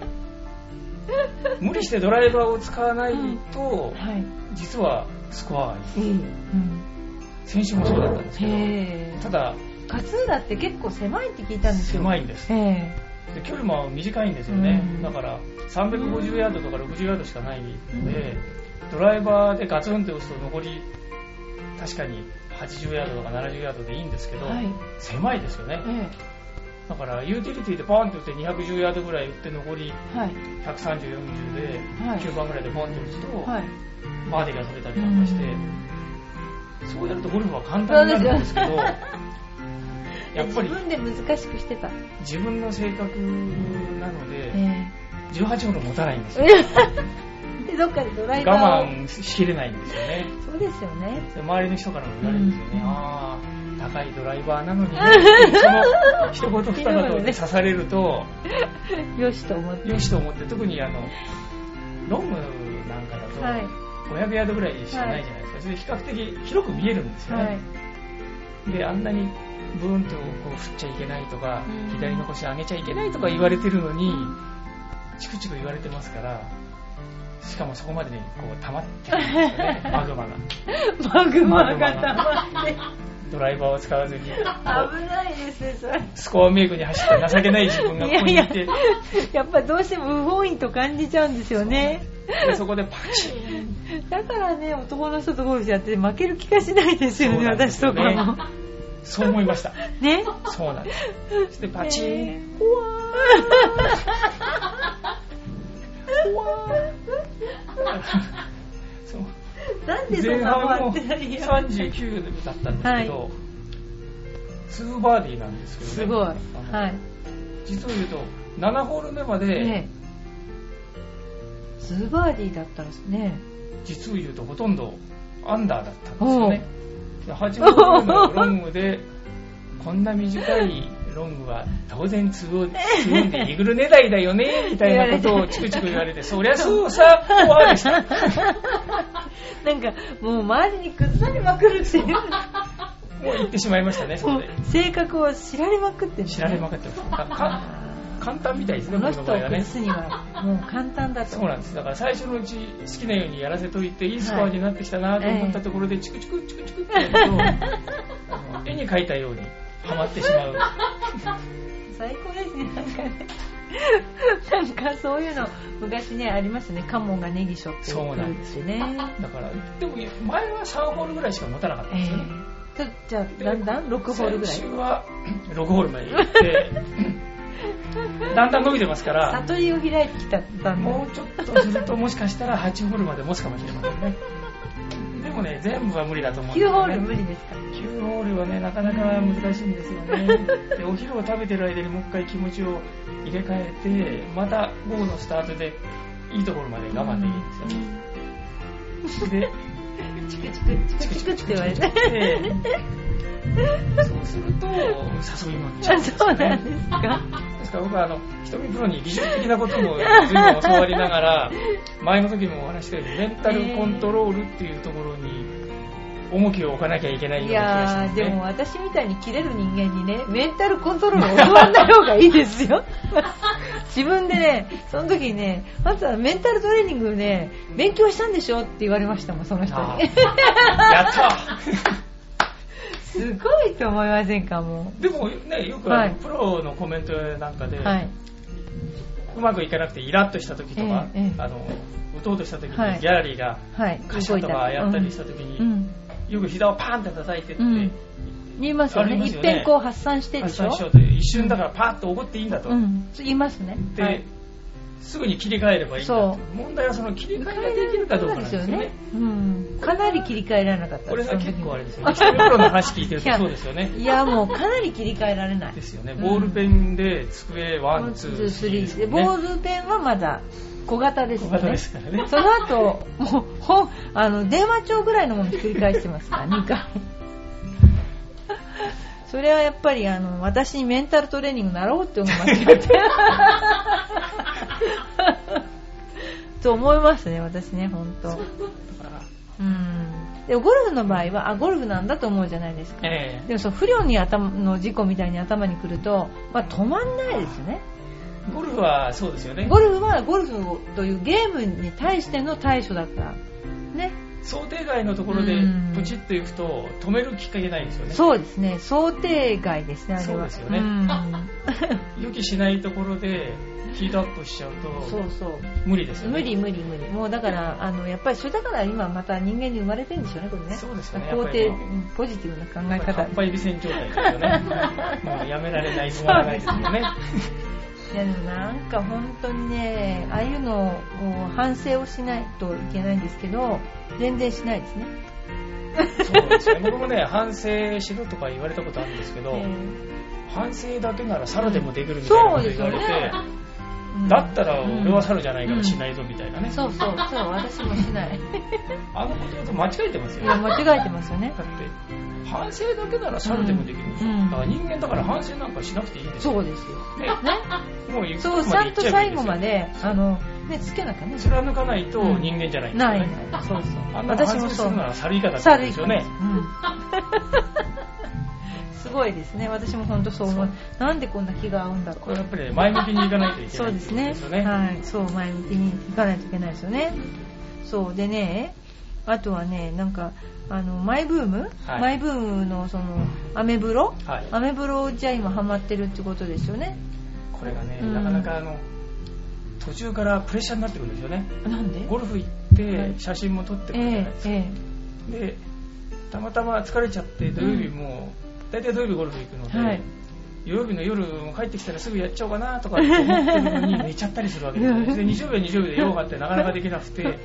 B: 無理してドライバーを使わないと、
A: はい。
B: 実はスコアがいい。
A: ええうん。
B: 先週もそうだったんですけど、
A: ええ
B: ただ、
A: 勝浦って結構狭いって聞いたんですよ。
B: 狭
A: い。
B: いんです。
A: ええ
B: で距離も短いんですよね、
A: うん
B: だから350ヤードとか60ヤードしかないので、ドライバーでガツンって打つと残り確かに80ヤードとか70ヤードでいいんですけど、
A: はい。
B: 狭いですよね
A: え
B: だからユーティリティでポンって打って210ヤードぐらい打って残り
A: えはい。
B: 13040で
A: はい
B: 9番ぐらいでポンって打つと、
A: はい。
B: バーディーが取れたりなんかして、
A: うん
B: そうやるとゴルフは簡単になるんですけ
A: [LAUGHS]
B: ど
A: そうですよ
B: やっぱり
A: 自分で難しくしてた。
B: 自分の性格なの
A: え
B: で
A: え
B: 18ホール持たないんですよ [LAUGHS]
A: でどっかでドライバーを
B: 我慢しきれないんですよね。
A: そうですよね
B: で周りの人からも言われるんですよね。
A: うん
B: ああ、高いドライバ
A: [LAUGHS]
B: ーなのに、ね、その一言二言で刺されると、
A: よしと思って
B: よしと思って、特にあの、ロングなんかだと、
A: はい
B: 500ヤードぐらいしかないじゃないですか。それで比較的広く見えるんですよ
A: は
B: ね
A: い。
B: で、あんなにブーンとこう振っちゃいけないとか、
A: うん
B: 左の腰上げちゃいけないとか言われてるのに、チクチク言われてますから、しかもそこまでにこう溜まってくるんですよ
A: [LAUGHS]
B: ね、マグマが。
A: マグマがたまって
B: ドライバーを使わずに、
A: 危ないですねそれ
B: スコアメイクに走って情けない自分がここにいて、
A: いや [LAUGHS] やっぱどうしても不本意と感じちゃうんですよね
B: でそこでパチン
A: だからね男の人とゴルフやって負ける気がしないですよね
B: そうなんです
A: 私と
B: よね
A: かも
B: そう思いました。
A: ね
B: そうなんです。そしてパチ
A: ね
B: ン、
A: 怖い怖い
B: そう
A: なんでそん
B: 前
A: な
B: 半
A: 回
B: も
A: ってないよ
B: 39だったんですけど、2バーディーなんですけどね。
A: すごいは
B: あの
A: い
B: 実を言うと、7ホール目まで、
A: ね2バーディーだったんですね。
B: 実を言うとほとんどアンダーだったんですよね。で8ホール目のロングで、こんな短いロングは当然通用するんでイーグル狙いだよね、みたいなことをチクチク言われて、そりゃそうさ、怖
A: [LAUGHS]
B: いでした。
A: なんか、もう周りに崩されまくるっていう、
B: もう言ってしまいましたね、そ
A: も
B: こ
A: う
B: で。
A: 性格を知られまくってる
B: 知られまくってます。かか簡単みたいです
A: こ
B: ね、
A: の
B: 僕
A: 人
B: の
A: を
B: 場合は
A: 崩
B: ね。
A: すには、もう簡単だと。
B: そうなんです。だから最初のうち好きなようにやらせといて、いいスコアになってきたなと思ったところで、チクチクチクチクってやると、あの絵に描いたようにハマってしまう。
A: 最高ですね、なんかね。なんかそういうの、昔ね、ありましたね。カモンがネギショっていう
B: そうなんで
A: ってね。
B: だから、でも前は3ホールぐらいしか持たなかったん
A: え
B: です
A: え
B: よね。
A: ちょじゃあ、だんだん6ホールぐらい
B: 先。週は6ホールまで行って、だんだん伸びてますから、
A: 悟りを開いてきたったんだ。
B: もうちょっとするともしかしたら8ホールまで持つかもしれませんね。でもね、全部は無理だと思うんです
A: 9ホ
B: よ、
A: ー
B: ね。
A: ル無理ですか
B: 9ホールはね、なかなか難しいんですよ
A: [LAUGHS]
B: ね。で、お昼を食べてる間にもう一回気持ちを入れ替えて、また午後のスタートで、いいところまで我慢できるんですよ
A: [LAUGHS]
B: ね。で、
A: チクチクチクチクって言われて。
B: でそうすると、誘いもっちゃう
A: あ
B: んです
A: そう
B: よ
A: な
B: ね
A: ん。ですか。
B: ですから僕はあの、瞳プロに技術的なことも随分教わりながら、前の時もお話ししたように、メンタルコントロールっていうところに重きを置かなきゃいけないよ
A: いう
B: な気がし
A: や
B: ます
A: ー、
B: ね。
A: でも私みたいに切れる人間に
B: [LAUGHS]
A: ね、メンタルコントロールを教わんない方がいいですよ。自分でね、その時にね、あんたメンタルトレーニングね、勉強したんでしょって言われましたもん、その人
B: あ
A: に。 [LAUGHS]
B: ーやった
A: すごいと思いませんか、も
B: でもね、よくあの
A: はい
B: プロのコメントなんかで、
A: う。はい。
B: うまくいかなくてイラッとした時とか、
A: ええええ
B: あの打とうとした時にギ
A: はい
B: ャラリーが
A: はい。
B: カシャとかやったりした
A: とき
B: 時に、
A: うん。
B: よく膝をパーンって叩いてって、
A: うん言いますよ
B: あ
A: ね。
B: りま
A: い
B: す
A: っ
B: よね
A: ぺんこう発散してで
B: 発
A: しょ
B: 散しようという一瞬だからパーンと怒っていいんだと。
A: うん。言いますね。
B: で、
A: はい。
B: すぐに切り替えればいいんだ
A: そう
B: 問題はその切り替えができるかどうかなんですよね。
A: うん。かなり切り替えられなかった
B: これが結構あれですよね。
A: そ
B: 人
A: の時
B: のプロの話聞いてるとそうですよね。
A: いや、もうかなり切り替えられない。
B: ですよね。ボールペンで机ワン、ツー、スリーです
A: で、
B: もんね。
A: ボールペンはまだ小型ですよ
B: 小型
A: ね
B: で。すからね。
A: その後、もう、ほん、あの、電話帳ぐらいのもの繰り返してます
B: [LAUGHS]
A: から、2回。それはやっぱり、あの、私にメンタルトレーニング習おうって思いますけ
B: [LAUGHS]
A: ど。と思いますね、私ね、ほんと。
B: だから
A: うん。でも、ゴルフの場合は、あ、ゴルフなんだと思うじゃないですか。
B: え
A: でも、そう、不良に頭の事故みたいに頭に来ると、まあ、止まんないですよね。
B: えゴルフはそうですよね
A: ゴ。ルフはゴルフというゲームに対しての対処だから。ね。
B: 想定外のところで
A: うん
B: プチッと行くと止めるきっかけないですよね。
A: そうですね。想定外ですね、あれは。
B: そうですよね
A: ん
B: 予期しないところでヒートアップしちゃう
A: そ
B: と
A: うそう。
B: 無理ですよね。
A: 無理無理無理。もうだから、あの、やっぱりそれだから今また人間に生まれてるんでしょうね、これね。
B: そうですよね
A: 肯定、
B: やっぱり
A: うんポジティブな考
B: な
A: え
B: んか
A: 方
B: かっ。ぱえびせん状態ですよね。
A: [LAUGHS]
B: もうやめられない相撲がないですよね。
A: いやでもなんか本当にね、ああいうのをこう反省をしないといけないんですけど、全然しないですね。
B: そうですね。僕もね、反省しろとか言われたことあるんですけど、
A: え
B: 反省だけなら猿でもできるみたいなこと言わ
A: そ
B: れて、
A: うですよー
B: だったら俺は
A: そ
B: 猿じゃないからしないぞみたいな
A: うん
B: ね。
A: そうそうそう、私もし
B: [LAUGHS]
A: ない。
B: あのことと間違えてます
A: い
B: よ
A: や、
B: ね。
A: 間違えてますよね。
B: だって、反省だけなら猿でもできるんでしょ。
A: うん
B: だから人間だから反省なんかしなくていいですよ。
A: そうですよ。
B: ねもう行くとこ
A: そう、ち
B: ま
A: ゃ
B: で行
A: ん
B: っ
A: と
B: ちゃえばいい
A: 最
B: んで
A: 後
B: すよ
A: まで、あの、ね、つけなきゃね。
B: 貫かないと人間じゃないんですよ
A: ない
B: ね。
A: ない。そうそう
B: あ。んな
A: 私
B: 反
A: も
B: 省す
A: そ
B: る
A: う
B: な。ら猿以下だったん
A: 猿
B: で
A: 以
B: す
A: 下
B: よ
A: で
B: ね
A: す。。うん。 [LAUGHS] すごいですね。私も本当そう思う。なんでこんな気が合うんだ
B: こ
A: ろ
B: れや
A: う。
B: っぱり前向きに行かないといけない
A: そうですね
B: ってこと。
A: はい。そう、前向きに行かないといけないですよね。そう。でね、あとはね、なんか、あの、マイブーム
B: はい
A: マイブームのその、アメブロ
B: はい。
A: アメブロじゃあ今ハマってるってことですよね。
B: これがね、
A: うん
B: なかなかあの、途中からプレッシャーになってくるんですよね。
A: なんで
B: ゴルフ行って、写真も撮ってくるじゃない
A: え
B: です
A: え、
B: か。
A: え
B: で、たまたま疲れちゃって、土曜日も、大体土曜日ゴルフ行くので、
A: はい
B: 土曜日の夜も帰ってきたらすぐやっちゃおうかなとかって思ってるのに寝ちゃったりするわけですよね。で、日曜日は日曜日で用があってなかなかできなくて、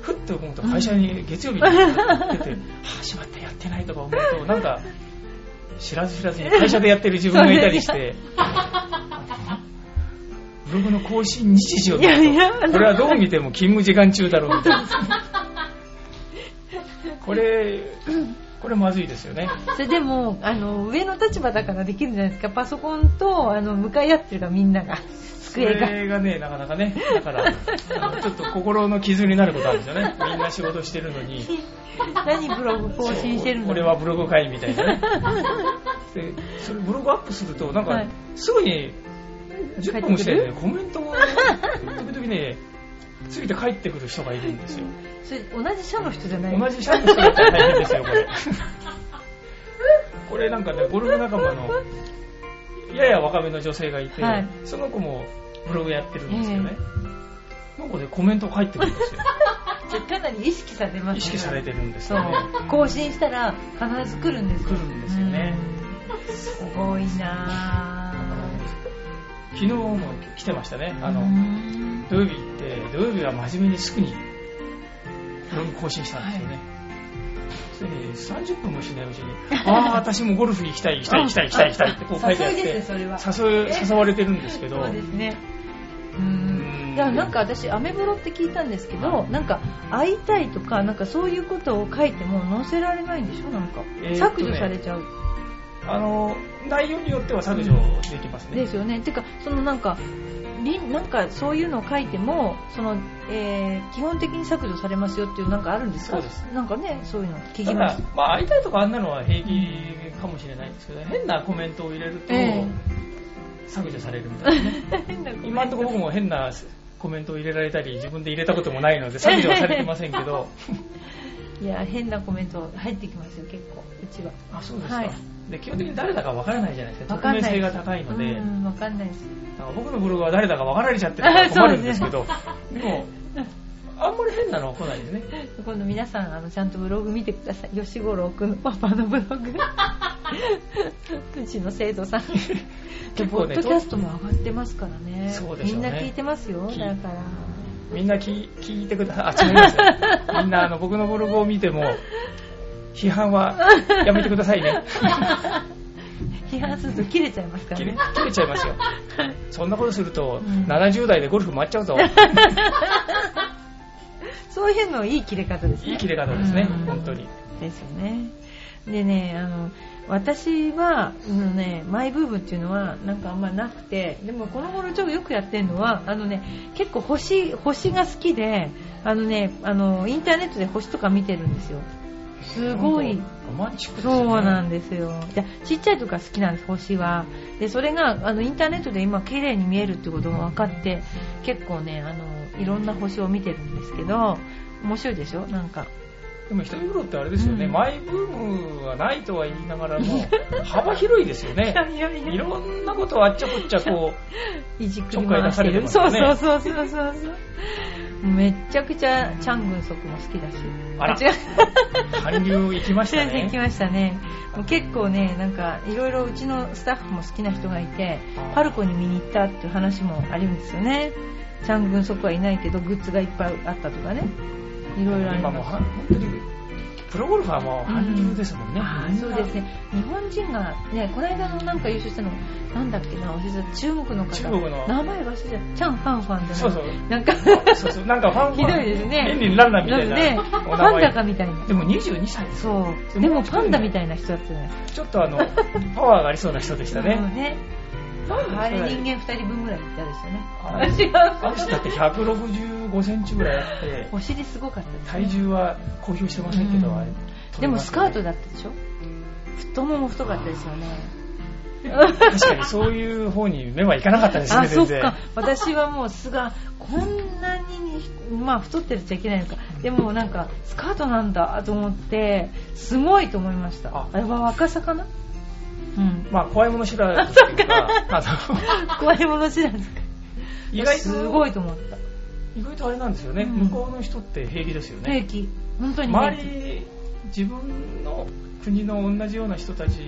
B: ふっと思うと会社に月曜日に
A: [LAUGHS]
B: 行ってて、はぁ、しまった、やってないとか思うと、なんか、知らず知らずに会社でやってる自分がいたり
A: [LAUGHS]
B: して、ブログの更新日時を見ると
A: いやいや
B: これはどう見ても勤務時間中だろうみた
A: [LAUGHS]
B: いな。これ、これまずいですよね。
A: え。それでも、あの、上の立場だからできるんじゃないですか。パソコンと、あの、向かい合ってるからみんなが。
B: そ
A: 机が。
B: れがね、なかなかね、だから、あのちょっと心の傷になることあるんですよね。みんな仕事してるのに、
A: 何ブログ更新してるの
B: 俺はブログ会みたい
A: [LAUGHS]
B: なね。で、それブログアップすると、なん
A: は
B: か
A: い、
B: すぐに、10分もして
A: 帰
B: ね
A: っ、
B: コメントを、時々ね、過ぎて帰ってくる人がいるんですよ。
A: それ同じ社の人じゃない
B: 同じシャツ着てたら大変ですよ、これ。これなんかね、ゴルフ仲間の、やや若めの女性がいて、
A: はい
B: その子もブログやってるんですよね。その子でコメントが入ってくるんですよ。
A: じゃかなり意識されますね
B: 意識されてるんです
A: そう
B: よね。。
A: 更新したら必ず来るんですよ
B: 来るんですよね。
A: うんすごいな
B: 昨日も来てましたね。
A: ぁ
B: あの、
A: うん
B: 土曜日行って、土曜日は真面目にすぐにブログ更新したんですよね。それで30分もしないうちに、ああ、私もゴルフ行きたい、行きたい、行きたい、行きたい、行きたいってこう書いてあって、
A: 誘いですねそれは
B: 誘い誘われてるんですけど
A: そう、ですね。う
B: うん
A: ん。いや、なんか私、アメブロって聞いたんですけど、なんか、会いたいとか、なんかそういうことを書いても載せられないんでしょなんか
B: えーっと。ね
A: 削除されちゃう。
B: あの、内容によっては削除できます
A: で
B: ね。
A: すよね。てか、そのなんか、りなんかそういうのを書いても、その、えー基本的に削除されますよっていうなんかあるんですか
B: そうです。
A: なんかね、そういうの聞
B: た
A: きま
B: だ
A: す。、
B: まあ、会いたいとかあんなのは平気かもしれないんですけど、変なコメントを入れると
A: ええ、
B: 削除されるみたいなね。
A: [LAUGHS]
B: 今のところ僕も変なコメントを入れられたり、自分で入れたこともないので、削除はされてませんけ
A: [LAUGHS]
B: ど、
A: いや、変なコメント入ってきますよ、結構。うちは。
B: あ、そうですか。
A: はい
B: で基本的に誰だかわからないじゃないですか。
A: わ
B: 匿
A: かん
B: 名
A: ない
B: 性
A: で
B: が
A: す
B: 高いの
A: う
B: で、
A: ん、わかんないです。
B: なんか僕のブログは誰だか分かられちゃってるから困るんです
A: [LAUGHS]
B: けど、でも、あんまり変なのは来ないですね。 [LAUGHS]
A: 今度皆さん、あの、ちゃんとブログ見てください。吉五郎くんのパパのブログ。うちの生徒さん。
B: 結
A: ポ
B: 構
A: ッ
B: ね
A: ドキャストも上がってますからね。
B: そうでしょう
A: みん
B: ね
A: な聞いてますよ、
B: 聞い
A: だから。
B: みんな聞い聞いてください。あ、違いますね。みんなあの僕のブログを見ても、批判はやめてくださいね。
A: 批判すると切れちゃいますから
B: 切れ
A: ね。
B: 切れちゃいますよ。そんなことすると、
A: うん
B: 70代でゴルフ回っちゃうぞ。
A: そういうのいい切れ方ですね。
B: いい切れ方ですね
A: う、ん
B: 本当に。
A: ですよね。でね、あの、私は、あのね、マイブームっていうのは、なんかあんまなくて、でもこの頃ちょっとよくやってるのは、あのね、結構星、星が好きで、あのね、あの、インターネットで星とか見てるんですよ。すごい。
B: ロマンチックですね。
A: そうなんですよ。でちっちゃい時から好きなんです、星は。で、それが、あの、インターネットで今、綺麗に見えるってことが分かって、結構ね、あの、いろんな星を見てるんですけど、面白いでしょなんか。
B: でも一人風呂ってあれですよね、
A: うん
B: マイブームはないとは言いながらも、幅広いですよね。
A: いや
B: いろんなことをあっちゃこっちゃこ
A: いじくり
B: ちょっかい
A: 回
B: 出
A: し
B: さ
A: て
B: れて
A: る。
B: ます
A: そ
B: よ
A: う
B: ね
A: そうそうそうそうそう。めっちゃくちゃ、チャングンソクも好きだし。
B: あら
A: 違う。
B: う、韓流行きました
A: 先生行き
B: ね。
A: ましたね。もう結構ね、なんか、いろいろうちのスタッフも好きな人がいて、パルコに見に行ったっていう話もあるんですよね。チャングンソクはいないけど、グッズがいっぱいあったとかね。いろいろあり
B: 今もう
A: ます。
B: は本当に、プロゴルファーも韓流ですもんね。
A: あーそうですね。日本人が、ね、この間のなんか優勝したの、なんだっけな、忘れちゃった中国の方。
B: 中国の
A: 名前忘れちゃった。チャン・ファンファンじゃない。
B: そうそう。
A: なん
B: [LAUGHS]
A: か、
B: そうそうなんかファン
A: ひどいですね
B: レンリンランナーみた
A: ないので、
B: なお名
A: パン
B: 前
A: ダかみたいな。
B: でも22歳です
A: そう。
B: で
A: で
B: も
A: もパンダみたいな人だったじゃない
B: ちょっと
A: [LAUGHS]
B: あのパワーがありそうな人でした
A: そう
B: ね
A: ね。あれ人間二人分ぐらいいたで
B: あ
A: し
B: れ
A: た
B: あの
A: ね。違
B: 人だって165センチぐらいあって
A: う。お尻すごかったですね
B: 体重は公表してませんけど、
A: うん
B: あれ
A: でもスカートだったでしょ太もも太かったですよね。
B: 確かにそういう方に目はいかなかったですね
A: あ、そ
B: 全
A: っ
B: 然
A: か。私はもうすが、こんなに、まあ太ってるっちゃいけないのか。でもなんか、スカートなんだと思って、すごいと思いました。
B: あ
A: あれは若さかなうん。
B: まあ怖いもの知らずっていうかあの
A: 怖いもの知らずか。
B: 意外と
A: すごいと思った。
B: 意外とあれなんですよね、
A: うん
B: 向こうの人って平気ですよ
A: 平
B: ね
A: 気。本当に平
B: 周
A: 気。
B: り自分の国の同じような人たち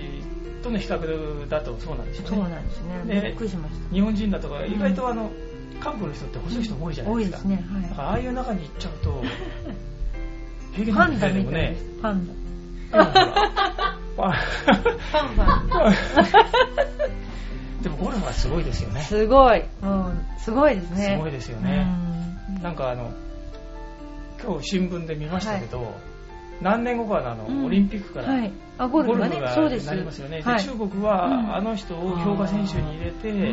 B: との比較だとそうなんでしょうね
A: そうなんですね。
B: ね
A: びっくりしまし
B: 日本人だとか意外とあの、韓国の人って細い人も多いじゃ
A: た。
B: ない
A: 多い
B: です
A: で
B: か
A: すね。
B: だか
A: は
B: らああいう中に行っちゃうと平
A: い。
B: 気
A: パ
B: な
A: ン
B: ん
A: ダ
B: で
A: み
B: も
A: たいで
B: ね
A: す。パンダ。
B: でもほらあ
A: パンパン。
B: でもゴルフはすごいですよね
A: すごい。うん。すごいですね。
B: すごいですよね
A: うん
B: なんかあの今日新聞で見ましたけど、何年後かのあの、
A: うん
B: オリンピックから、
A: はい。あ、ゴ
B: ゴ
A: ル
B: ル
A: フ
B: フ
A: がね
B: がね、
A: そうです。
B: なりますよね、で
A: はい。
B: 中国は、
A: うん
B: あの人を強化選手に入れて、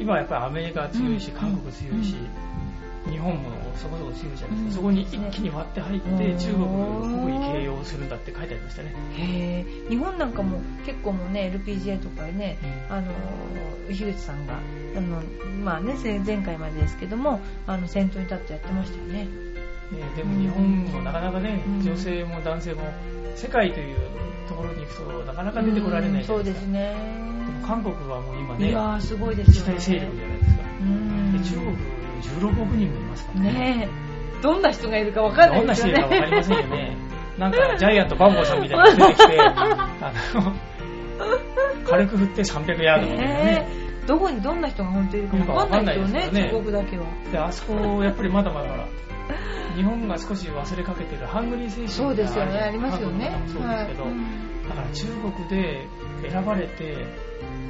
B: 今やっぱりアメリカ強いし、
A: うん
B: 韓国強いし、日本もそこそこ強いじゃないですか、
A: うん
B: そこに一気に割って入って、
A: うん
B: 中国を国に形容するんだって書いてありましたね、
A: へえ。日本なんかも結構もうね、LPGA とかね、あの樋口さんがあの、まあね、前前回までですけどもあの先頭に立ってやってましたよね。
B: ねでも日本もなかなかね、
A: うん
B: 女性も男性も世界というところに行くとなかなか出てこられないじゃ
A: そ
B: な
A: う
B: いで
A: ですす
B: か、
A: ね。
B: でも韓国はもう今
A: い
B: ね
A: やーすごいです
B: 自
A: よね。
B: 体勢力じゃないですか、
A: うん
B: で中国より16億人もいますからね
A: ねえどんな人がいるかわかんない
B: [LAUGHS] どんな
A: です
B: 人
A: よ
B: いるか分か
A: ね。
B: りませんよ
A: [LAUGHS]
B: ね。なんか、ジャイアントバンボーさんみたいなの出てきて、あの、軽く振って300ヤードみたいな
A: ね
B: ね。
A: えどこにどんな人が本当にいるかわかんないですよね
B: いるかわかんないですから
A: 中国だ
B: ね
A: けは。
B: で、あそこ、やっぱりまだまだほら、日本が少し忘れかけてるハングリー精神
A: そうですよね
B: が
A: ありますよね。
B: 韓国の方もそうですけど、だから中国で選ばれて、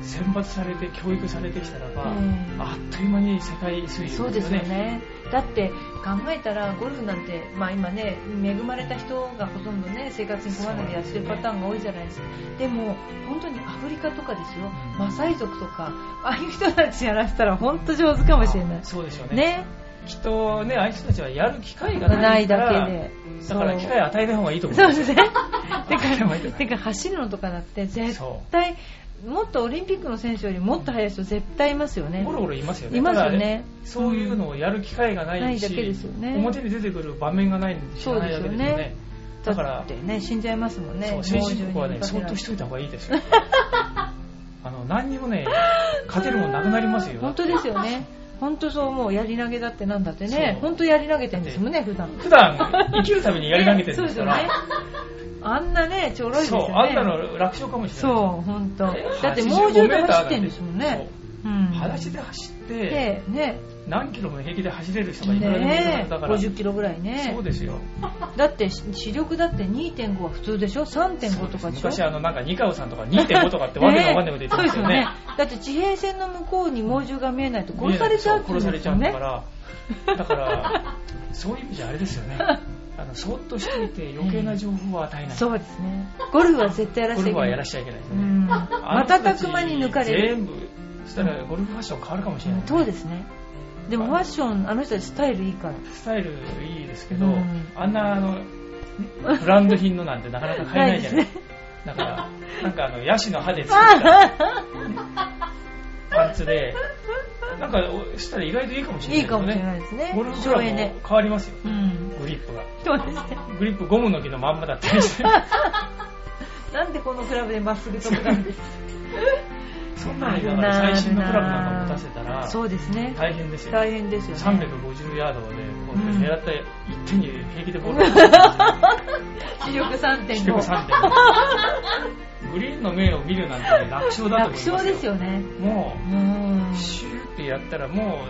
B: 選抜されて、教育されてきたらば、
A: うん
B: あっという間に世界水
A: そ
B: 準
A: う
B: で
A: です
B: よ
A: すよ
B: ね。
A: ね。だって考えたらゴルフなんて、まあ今ね、恵まれた人がほとんどね、生活に困らないでやってるパターンが多いじゃないですか。でも、本当にアフリカとかですよ、マサイ族とか、ああいう人たちやらせたら本当上手かもしれない。
B: そうですよね。
A: ね。
B: きっとね、あいつたちはやる機会が
A: な
B: ないいから、
A: だけで。
B: だから機会与えない方がいいと思
A: そううんです
B: [LAUGHS] よ。
A: ね。て
B: あ [LAUGHS] でもいい
A: か、
B: よね
A: てか走るのとかだって絶
B: そう
A: 対、もっとオリンピックの選手よりもっと速い人絶対いますよね
B: ゴ。ロゴロいますよね。
A: いますよ
B: ただ
A: ね。
B: そういうのをやる機会がないし、
A: ないだけですよね
B: 表に出てくる場面がないので知らないだけです
A: そ
B: よ
A: うですよ
B: ね。だか
A: だ
B: ら
A: っ、てね、死んじゃいますもんね。
B: そう先進国は
A: 猛獣に任
B: ね、
A: せ
B: そ
A: ら
B: っ
A: れ
B: と
A: て
B: しといた方がいい
A: [LAUGHS]
B: ですよ。あの、何にもね、勝てるもんなくなりますよ。
A: 本当ですよね。本当そう思う、やり投げだってなんだって
B: そ
A: ね
B: う、
A: 本当やり投げてんですもんね、普段。
B: 普段生きるためにやり投げてるんですから、
A: ねあんなね、ちょろいです
B: そう、
A: よね。
B: あんなの楽勝かもしれ
A: そう
B: ない。、
A: 本当。
B: え
A: だって猛獣で走ってんですもんね。う
B: そ
A: ん
B: う。裸足で走って、
A: で、ね、
B: 何キロも平気で走れる人がいくらでもいるは
A: ね
B: ずだから、
A: 50キロぐらいね
B: そう。ですよ。
A: だってし視力だって2.5は普通でしょ ?3.5 とかでしょ
B: 昔あのなんかニカウさんとか2.5とかってわけがわかんないこと言ってましたよ
A: ねえ
B: ね。
A: そうですよね。だって地平線の向こうに猛獣が見えないと殺されちゃうって
B: そ
A: 言
B: う殺
A: ん
B: さ
A: で
B: れ
A: す
B: ちゃ
A: よ
B: うん
A: ね
B: だから、だから、そういう意味じゃあれです
A: [LAUGHS]
B: よね。あのそっとしていて余計な情報は与えない。
A: そうですね。ゴルフは絶対やら
B: ゴ
A: せていけ
B: ルフは
A: ない。
B: やらしちゃいけないです
A: う
B: ね。
A: ん。
B: あの人た
A: 瞬
B: ち
A: く間に抜かれる。
B: 全部、そしたらゴルフファッション変わるかもしれない。
A: そうですね。でもファッション、あの人たちスタイルいいから。
B: スタイルいいですけど、
A: うん
B: あんなあの、ブランド品のなんてなかなか買えないじゃない。
A: ないで
B: だから、なんかあの、ヤシの葉で作 [LAUGHS] ったパンツで、なんかしたら意外といいかもしれない、
A: いいかもしれないですね
B: ゴルフクラブ
A: 省エ
B: も
A: ネ
B: 変わりますよ、
A: うん。
B: グリップが。
A: そうですね。
B: グリップゴムの木のまんまだった
A: [LAUGHS]
B: りして、
A: なんでこのクラブでまっすぐ飛ぶかって。
B: そんなのだから最新のクラブなんか持たせたら、
A: そうですね。
B: 大変ですよ。
A: 大変ですよね。
B: 350ヤードで、こう
A: うん
B: 狙った一手に平気でボールが
A: 視力
B: 飛ぶ
A: 3.5。
B: 3点。グリーンの面を見るなんてね楽勝だと思い
A: 楽
B: ますよ。
A: 勝ですよね。
B: も
A: う
B: う、
A: ん。
B: シューってやったらも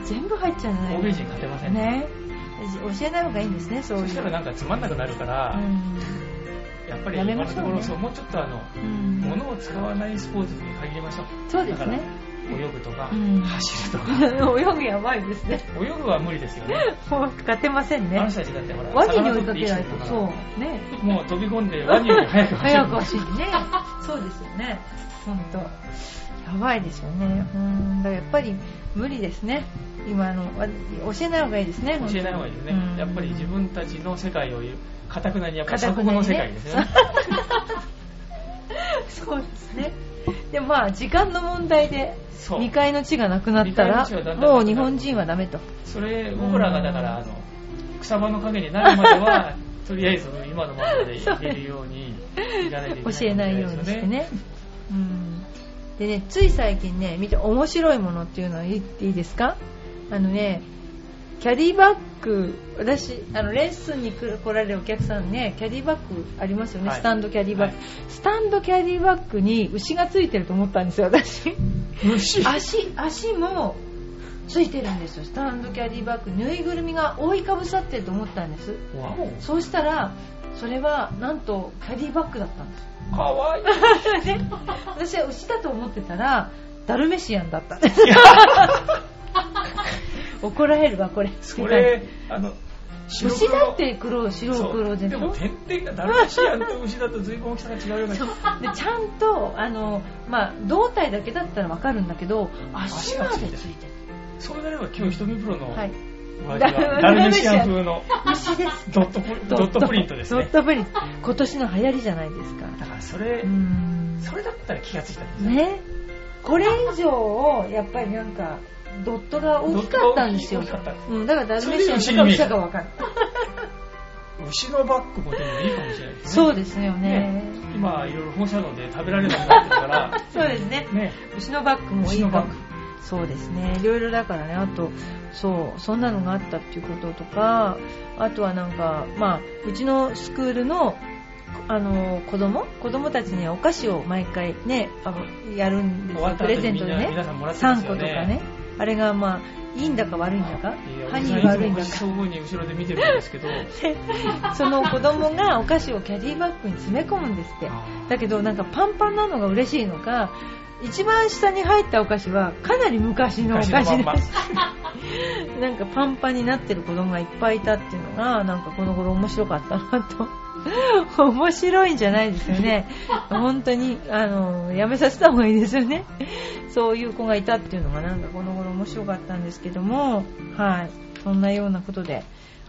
B: う、
A: 全部入っちゃうんじゃない
B: 欧米人勝てませんね。
A: ね。教えない方がいいんですね、そういう。
B: そしたらなんかつまんなくなるから、やっぱり
A: やめ
B: 今
A: ま
B: の
A: しょうね
B: ところそう、もうちょっとあの、
A: うんうん
B: 物を使わないスポーツに限りましょう。
A: そうですね。
B: 泳ぐとか、
A: うん
B: 走るとか。
A: [LAUGHS] 泳ぐやばいですね。
B: [LAUGHS] 泳ぐは無理ですよね。
A: もう勝てません
B: あの
A: ね。
B: 人たちだってほら、
A: ワニに
B: 魚
A: 追
B: 取
A: い
B: っ
A: か
B: て
A: けない
B: 生きてる
A: と。
B: か
A: そう。ね。
B: もう飛び込んでワニ [LAUGHS] より早く走る。
A: 早く走るね。
B: [LAUGHS]
A: そうですよね。ほんと。やばいですよね。うん。だからやっぱり無理ですね。今の、あ教えない方がいいですね。
B: 教えない方がいいですね、
A: うん
B: やっぱり自分たちの世界を言う、かたくなにやっぱり
A: 頑
B: 鎖
A: な
B: 国
A: に
B: の世界ですよ
A: [LAUGHS]
B: ね。
A: そうですね。でもまあ、時間の問題で、
B: そう
A: 未開の地がなくなったら
B: 未開の地はだんだんなく、なる
A: もう日本人はダメと。
B: それ、僕らがだから、あの、草場の影になるまでは、とりあえず今のままでいけるように、いかないといけないかもし
A: 教え
B: れ
A: ない
B: で
A: よう
B: す
A: にして。ね。うん。でね、つい最近ね、見て面白いものっていうのは言っていいですかあのね、キャディバッグ、私、あの、レッスンに来る来られるお客さんね、キャディバッグありますよね、
B: はい
A: スタンドキャディバッグ、
B: は
A: スタンドキャディバッグに牛がついてると思ったんですよ、私。
B: 虫
A: [LAUGHS] 足、足もついてるんですよ、スタンドキャディバッグ。ぬいぐるみが覆いかぶさってると思ったんです。
B: わお
A: そうしたら、それはなんとキャディバッグだったんです。
B: かわいい
A: ね私は牛だと思ってたらダルメシアンだ
B: [LAUGHS]
A: った怒られるわこれ
B: それ、あの、白
A: 牛
B: 黒
A: だって黒白黒でし
B: そう
A: ょ
B: も天敵がダルメシアンと牛だと随分大きさが違うような
A: そうでちゃんとあの、まあ、胴体だけだったらわかるんだけど足までついてる
B: そうなれば今日瞳プロの
A: はい
B: 上着はダルメシアン風の
A: 牛です
B: ドットプリドットプリントですね
A: ドットプリント今年の流行りじゃないですか
B: だからそうれ
A: ん
B: それだったら気がついたんですよ
A: ねこれ以上をやっぱりなんかドットが大きかったんですよ
B: ドットが大きかっ
A: うん、だからダルメシアンとか牛だかわかる
B: 牛のバッグもでもいいかもしれないですね
A: そうですよね。
B: 今いろいろ放射能で食べられなくなってるか
A: そうです [LAUGHS] ね
B: ら。ね
A: 牛のバッグもいい
B: 牛の
A: か
B: バッ
A: も
B: グ。
A: そうですね。いろいろだからね、あと、そう、そんなのがあったっていうこととか、あとはなんか、まあ、うちのスクールの、あの、子供子供たちにはお菓子を毎回ね、あのやるんです
B: 終
A: よ
B: わっ。
A: プ
B: た後
A: レゼ
B: に
A: ン
B: み
A: ト
B: ん
A: で
B: な皆
A: ね。
B: さんもらってま
A: 3
B: す
A: 個
B: よ
A: とかね
B: ね。
A: あれがまあ、いいんだか悪いんだか
B: いや、お
A: 歯
B: じ
A: に
B: さんいつ
A: 悪い
B: も
A: ん
B: ご
A: だ
B: ち
A: か
B: そうに後ろで見てるんですけ
A: [LAUGHS]
B: ど
A: その子供がお菓子をキャディバッグに詰め込むんですって
B: あー
A: だけどなんかパンパンなのが嬉しいのか一番下に入ったお菓子はかなり昔のお菓子で
B: 昔のま
A: [LAUGHS]
B: ん
A: なんかパンパンになってる子供がいっぱいいたっていうのがなんかこの頃面白かったなと [LAUGHS] 面白いんじゃないですよね本当にあのやめさせた方がいいですよねそういう子がいたっていうのがなんかこの頃面白かったんですけどもはいそんなようなことで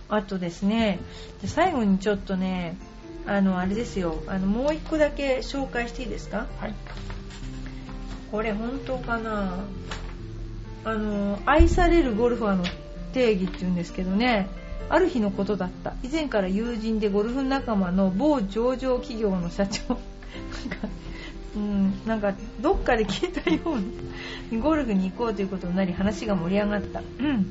A: あとですねで最後にちょっとねあのあれですよあのもう一個だけ紹介していいですか
B: はい
A: これ本当かなあの愛されるゴルファーの定義っていうんですけどねある日のことだった以前 [LAUGHS] から友人でゴルフ仲間の某上場企業の社長なんかうん、なんかどっかで聞いたようなゴルフに行こうということになり話が盛り上がった、うん、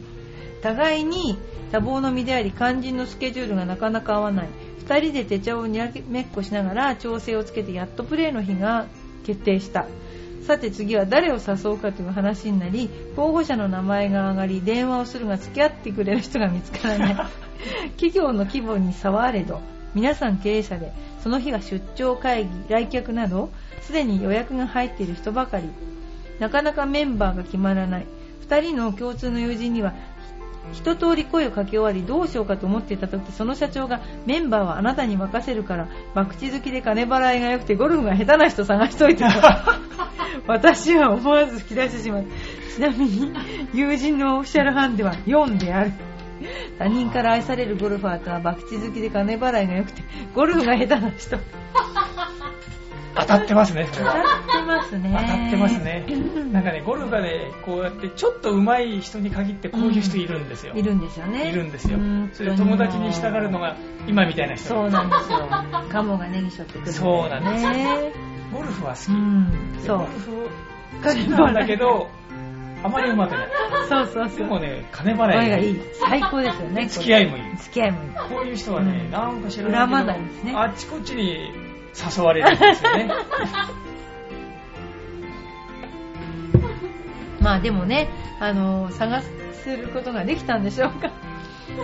A: 互いに多忙の身であり肝心のスケジュールがなかなか合わない2人で手帳をにらめっこしながら調整をつけてやっとプレーの日が決定したさて次は誰を誘うかという話になり候補者の名前が上がり電話をするが付き合ってくれる人が見つからない企業の規模に差はあれど皆さん経営者でその日が出張会議来客などすでに予約が入っている人ばかりなかなかメンバーが決まらない2人の共通の友人には一通り声をかけ終わりどうしようかと思っていた時その社長がメンバーはあなたに任せるから博打好きで金払いが良くてゴルフが下手な人探しといてと
B: [LAUGHS]
A: 私は思わず吹き出してしまうちなみに友人のオフィシャルハンデは4である他人から愛されるゴルファーとは博打好きで金払いが良くてゴルフが下手な
B: [LAUGHS]
A: 人
B: 当たってますね、そ
A: 当た
B: れは。
A: ってますね
B: 当たってますね
A: うん。
B: なんかね、ゴルフがね、こうやって、ちょっと上手い人に限ってこういう人いるんですよ。
A: いるんですよね
B: いるんですよ
A: うん。
B: それで友達に従うのが、今みたいな人。
A: そうなんですよカモがネギしょってくるんだよね
B: そうなんですゴルフは好き。
A: うん
B: で
A: そう
B: ゴルフ好きなんだけど、あまり上手くない。
A: そうそう
B: で
A: そう
B: もね、金払い
A: 声がいい最高ですよね
B: 付き合いもいい
A: 付き合いもいい
B: こういう人はね、
A: うん
B: なんか知ら
A: 裏
B: ない
A: ま
B: けど
A: だですね
B: あっちこっちに誘われるんです
A: [LAUGHS]
B: よね。
A: まあでもね、あの探することができたんでしょうか。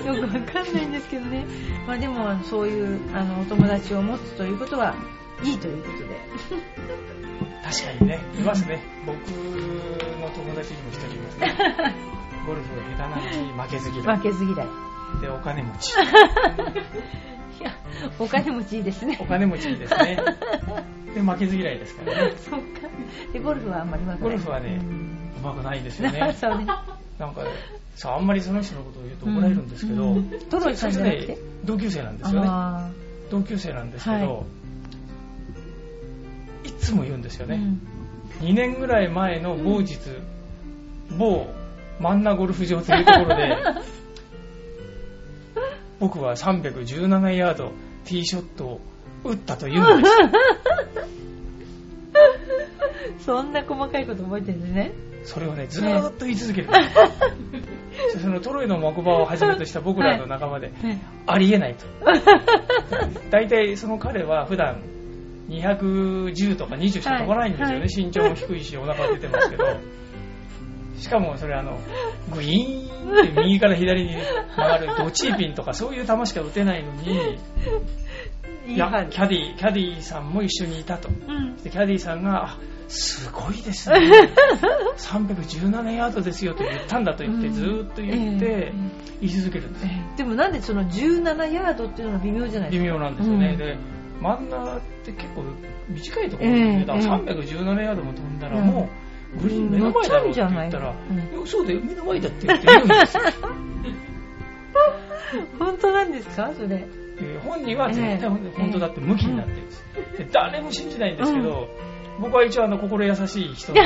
A: よくわかんないんですけどね。まあでも、あのそういうあのお友達を持つということはいいということで。
B: 確かにね、いますね。僕の友達にも一人
A: [LAUGHS]
B: いますね。ゴルフが下手なのに負けず嫌い
A: 負。けず嫌い。
B: で、お金持ち。
A: いや、お金持ちいいですね
B: お。金持ちいいですね。で、負けず嫌いですからね。
A: [LAUGHS] そうか。で、ゴルフはあんまりうまくない。
B: ゴルフはね
A: うん [LAUGHS]
B: うまくないですよね。
A: そうね。
B: なんか、さ、あんまりその人のことを言うと怒られるんですけど、
A: うんトロイさんじゃなくて
B: そいつね同級生なんですよね。
A: あ
B: 同級生なんですけど、、
A: はい
B: つも言うんですよ
A: あ、う
B: ね。
A: ん
B: 2年ぐらい前の某日、某マンナゴルフ場というところで、僕は317ヤードティーショットを打ったというんです。
A: そんな細かいこと覚えてるんですね。
B: それをね、ずーっと言い続ける。そのトロイのマコバをはじめとした僕らの仲間で、
A: ね
B: あり
A: [LAUGHS]
B: えないと。大体その彼は普段210とか20しか飛ばないんですよね、
A: はいはい
B: 身長も低いしお腹出てますけどしかもそれあのグイーンって右から左に回るドチーピンとかそういう球しか打てないのに
A: い
B: い
A: い
B: や
A: 話。
B: キャディーキャディーさんも一緒にいたと
A: うん。
B: でキャディーさんがあすごいで
A: [LAUGHS]
B: すね317ヤードですよと言ったんだと言って
A: うん
B: ずーっと言っ
A: ええ
B: て言い続けるんです
A: でもなんでその17ヤードっていうのが微妙じゃない
B: 微
A: ですか。
B: 妙なんですよね、
A: うん
B: で真ん中って結構短いところですよね、
A: ええ
B: だから317ヤードも飛んだら
A: うん
B: もうグリーン目の前だろうって言
A: 乗
B: っ
A: っち
B: た
A: ゃ
B: ら
A: うんじゃない
B: いやそうだよ目の前だって言って言うんで
A: [LAUGHS]
B: すよ、
A: 本当なんですかそれ。
B: で本人は絶対本
A: ええ
B: 本当だって向きになってるんです、で誰も信じないんですけど、僕は一応あの心優し
A: [LAUGHS]
B: い人の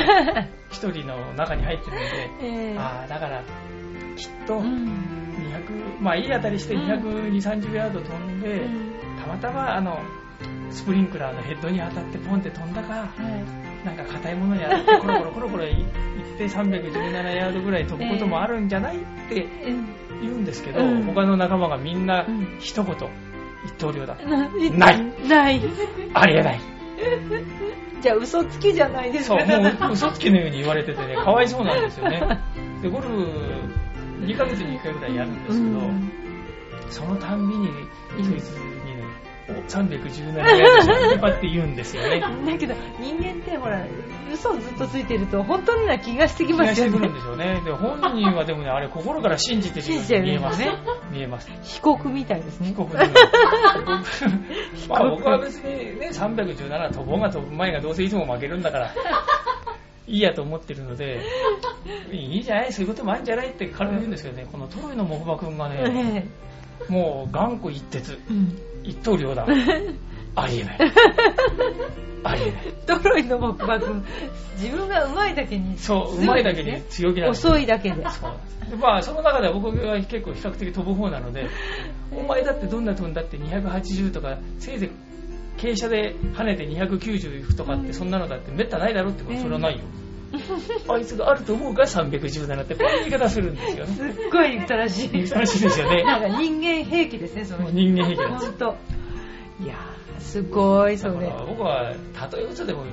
B: 一人の中に入ってるの
A: え
B: でああだからきっと
A: うん
B: 200まあいい当たりして2230ヤード飛んで、たまたまあのスプリンクラーのヘッドに当たってポンって飛んだか
A: は
B: なんか硬いものに当たってコロコロコロコロい行って317ヤードぐらい飛ぶこともあるんじゃないって
A: いうん
B: 言うんですけど、
A: うん
B: 他の仲間がみんな
A: うん
B: 一言、一刀両だ。な
A: ないない。
B: ありえない。
A: じゃあ嘘つきじゃないです
B: そ
A: か。
B: う、もう嘘つきのように言われててね、かわいそうなんですよね。で、ゴルフ、2ヶ月に1回ぐらいやるんですけど、
A: うん
B: そのたんびに、クイズにね、お317ヤードしかって言うんですよね。
A: だけど人間ってほら嘘をずっとついてると本当にな気がしてき
B: 気が
A: ま
B: し
A: すよ
B: てくるん
A: ね
B: でしょうね。で、本人はでもね、あれ心から信じてるように見えます [LAUGHS]
A: 信じてる
B: ね
A: よ。
B: 見えます。
A: 被告みたいですね
B: 被告人 [LAUGHS] まあ僕は別にね、317飛ぼうが飛ぶ前がどうせいつも負けるんだから、いいやと思ってるので、いいじゃない、そういうこともあるんじゃないって彼は言うんですけどね、このトロイのモフバ君がね、
A: え
B: もう頑固一徹、
A: えうん
B: 一刀両 [LAUGHS] 断、ありえない。ありえない。
A: トロイの木馬君自分が上手いだけに
B: そう、うまいだけ
A: 強
B: に
A: ですね
B: 強気なんですよ
A: 遅いだけで
B: そうなんですでまあ、その中では僕が結構比較的飛ぶ方なので、お前だってどんな飛んだって280とか、せいぜ傾斜で跳ねて290いくとかって、そんなのだってめったないだろってこと、
A: ええ
B: それはないよあいつがあると思うから317ってこういう言い方するんです
A: [LAUGHS]
B: よね
A: すっごい憎たらしい。
B: 楽しいですよね
A: なんか人間兵器ですね、その
B: もう
A: 人。
B: 人間兵器なんです
A: ほんと。いやー、すごい、そ
B: だか
A: れ
B: ら。僕は例え嘘でもね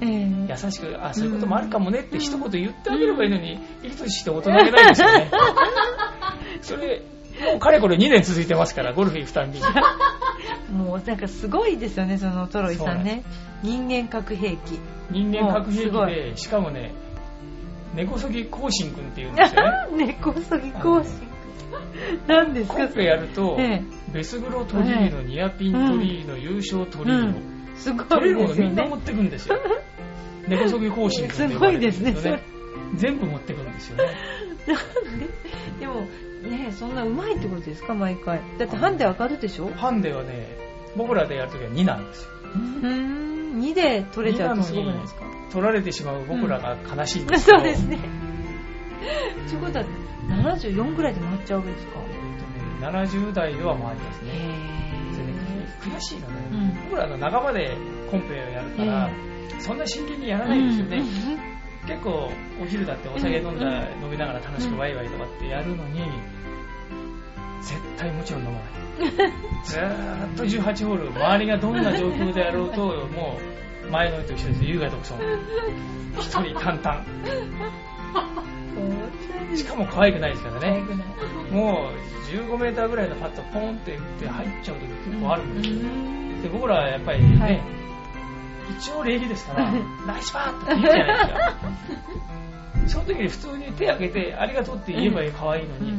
A: ええ
B: 優しくあそういうこともあるかもねって一言言ってあげればいいのに、いい年して大人げないです
A: [LAUGHS]
B: よねそれもうかれこれ2年続いてますからゴルフ行くたんびに
A: もうなんかすごいですよね、そのトロイさんね。人間核兵器。
B: 人間核兵
A: もうす
B: 器
A: ご
B: でしかもね根こそぎこうしんくんっていうんですよね
A: 猫こそぎ講師。何 [LAUGHS] です
B: コ
A: か、
B: ン
A: そ
B: ペ
A: れ。
B: やると、
A: え
B: ベスグロトリーノニアピントリーノ、優勝トリーノ、
A: え。すご
B: トリ
A: い
B: ーノ
A: で
B: を
A: す
B: み
A: よ
B: んな持
A: ね。
B: ってくんですよ根こそぎこうしんくんって呼ばれてるん
A: すごいですね
B: 全部持ってくんですよね
A: なんででも、ねえそんなうまいってことですか、毎回。だってハンデ上がるでしょう
B: ハンデはね僕らでやるときは2なんですよ
A: ーん。2で取れちゃうとすごくないですか
B: 取られてしまう僕らが悲しいんですけ
A: [LAUGHS]
B: ど、
A: そうですね。ということは、74ぐらいで回っちゃうわけですか。
B: えーとね70代では回ります
A: へ
B: ねそれで
A: ぇ
B: 悔しいのね、
A: うん
B: 僕らの仲間でコンペをやるから、そんな真剣にやら
A: ー。
B: ないですよね、結構お昼だってお酒飲んだ、飲みながら楽しくワイワイとかってやるのに絶対もちろん飲ま
A: [LAUGHS]
B: ないずーっと18ホール周りがどんな状況でやろうともう前の日と一緒です優雅独尊一人淡
A: [LAUGHS]
B: 々しかも可愛くないですからねもう15メーターぐらいのパットポンって打って入っちゃう時結構あるんですよ、で僕らはやっぱりね、
A: はい
B: 一応礼儀ですから「ナイスパー!」って言うじゃないですかその時に普通に手挙げて「ありがとう」って言えば可愛いのに、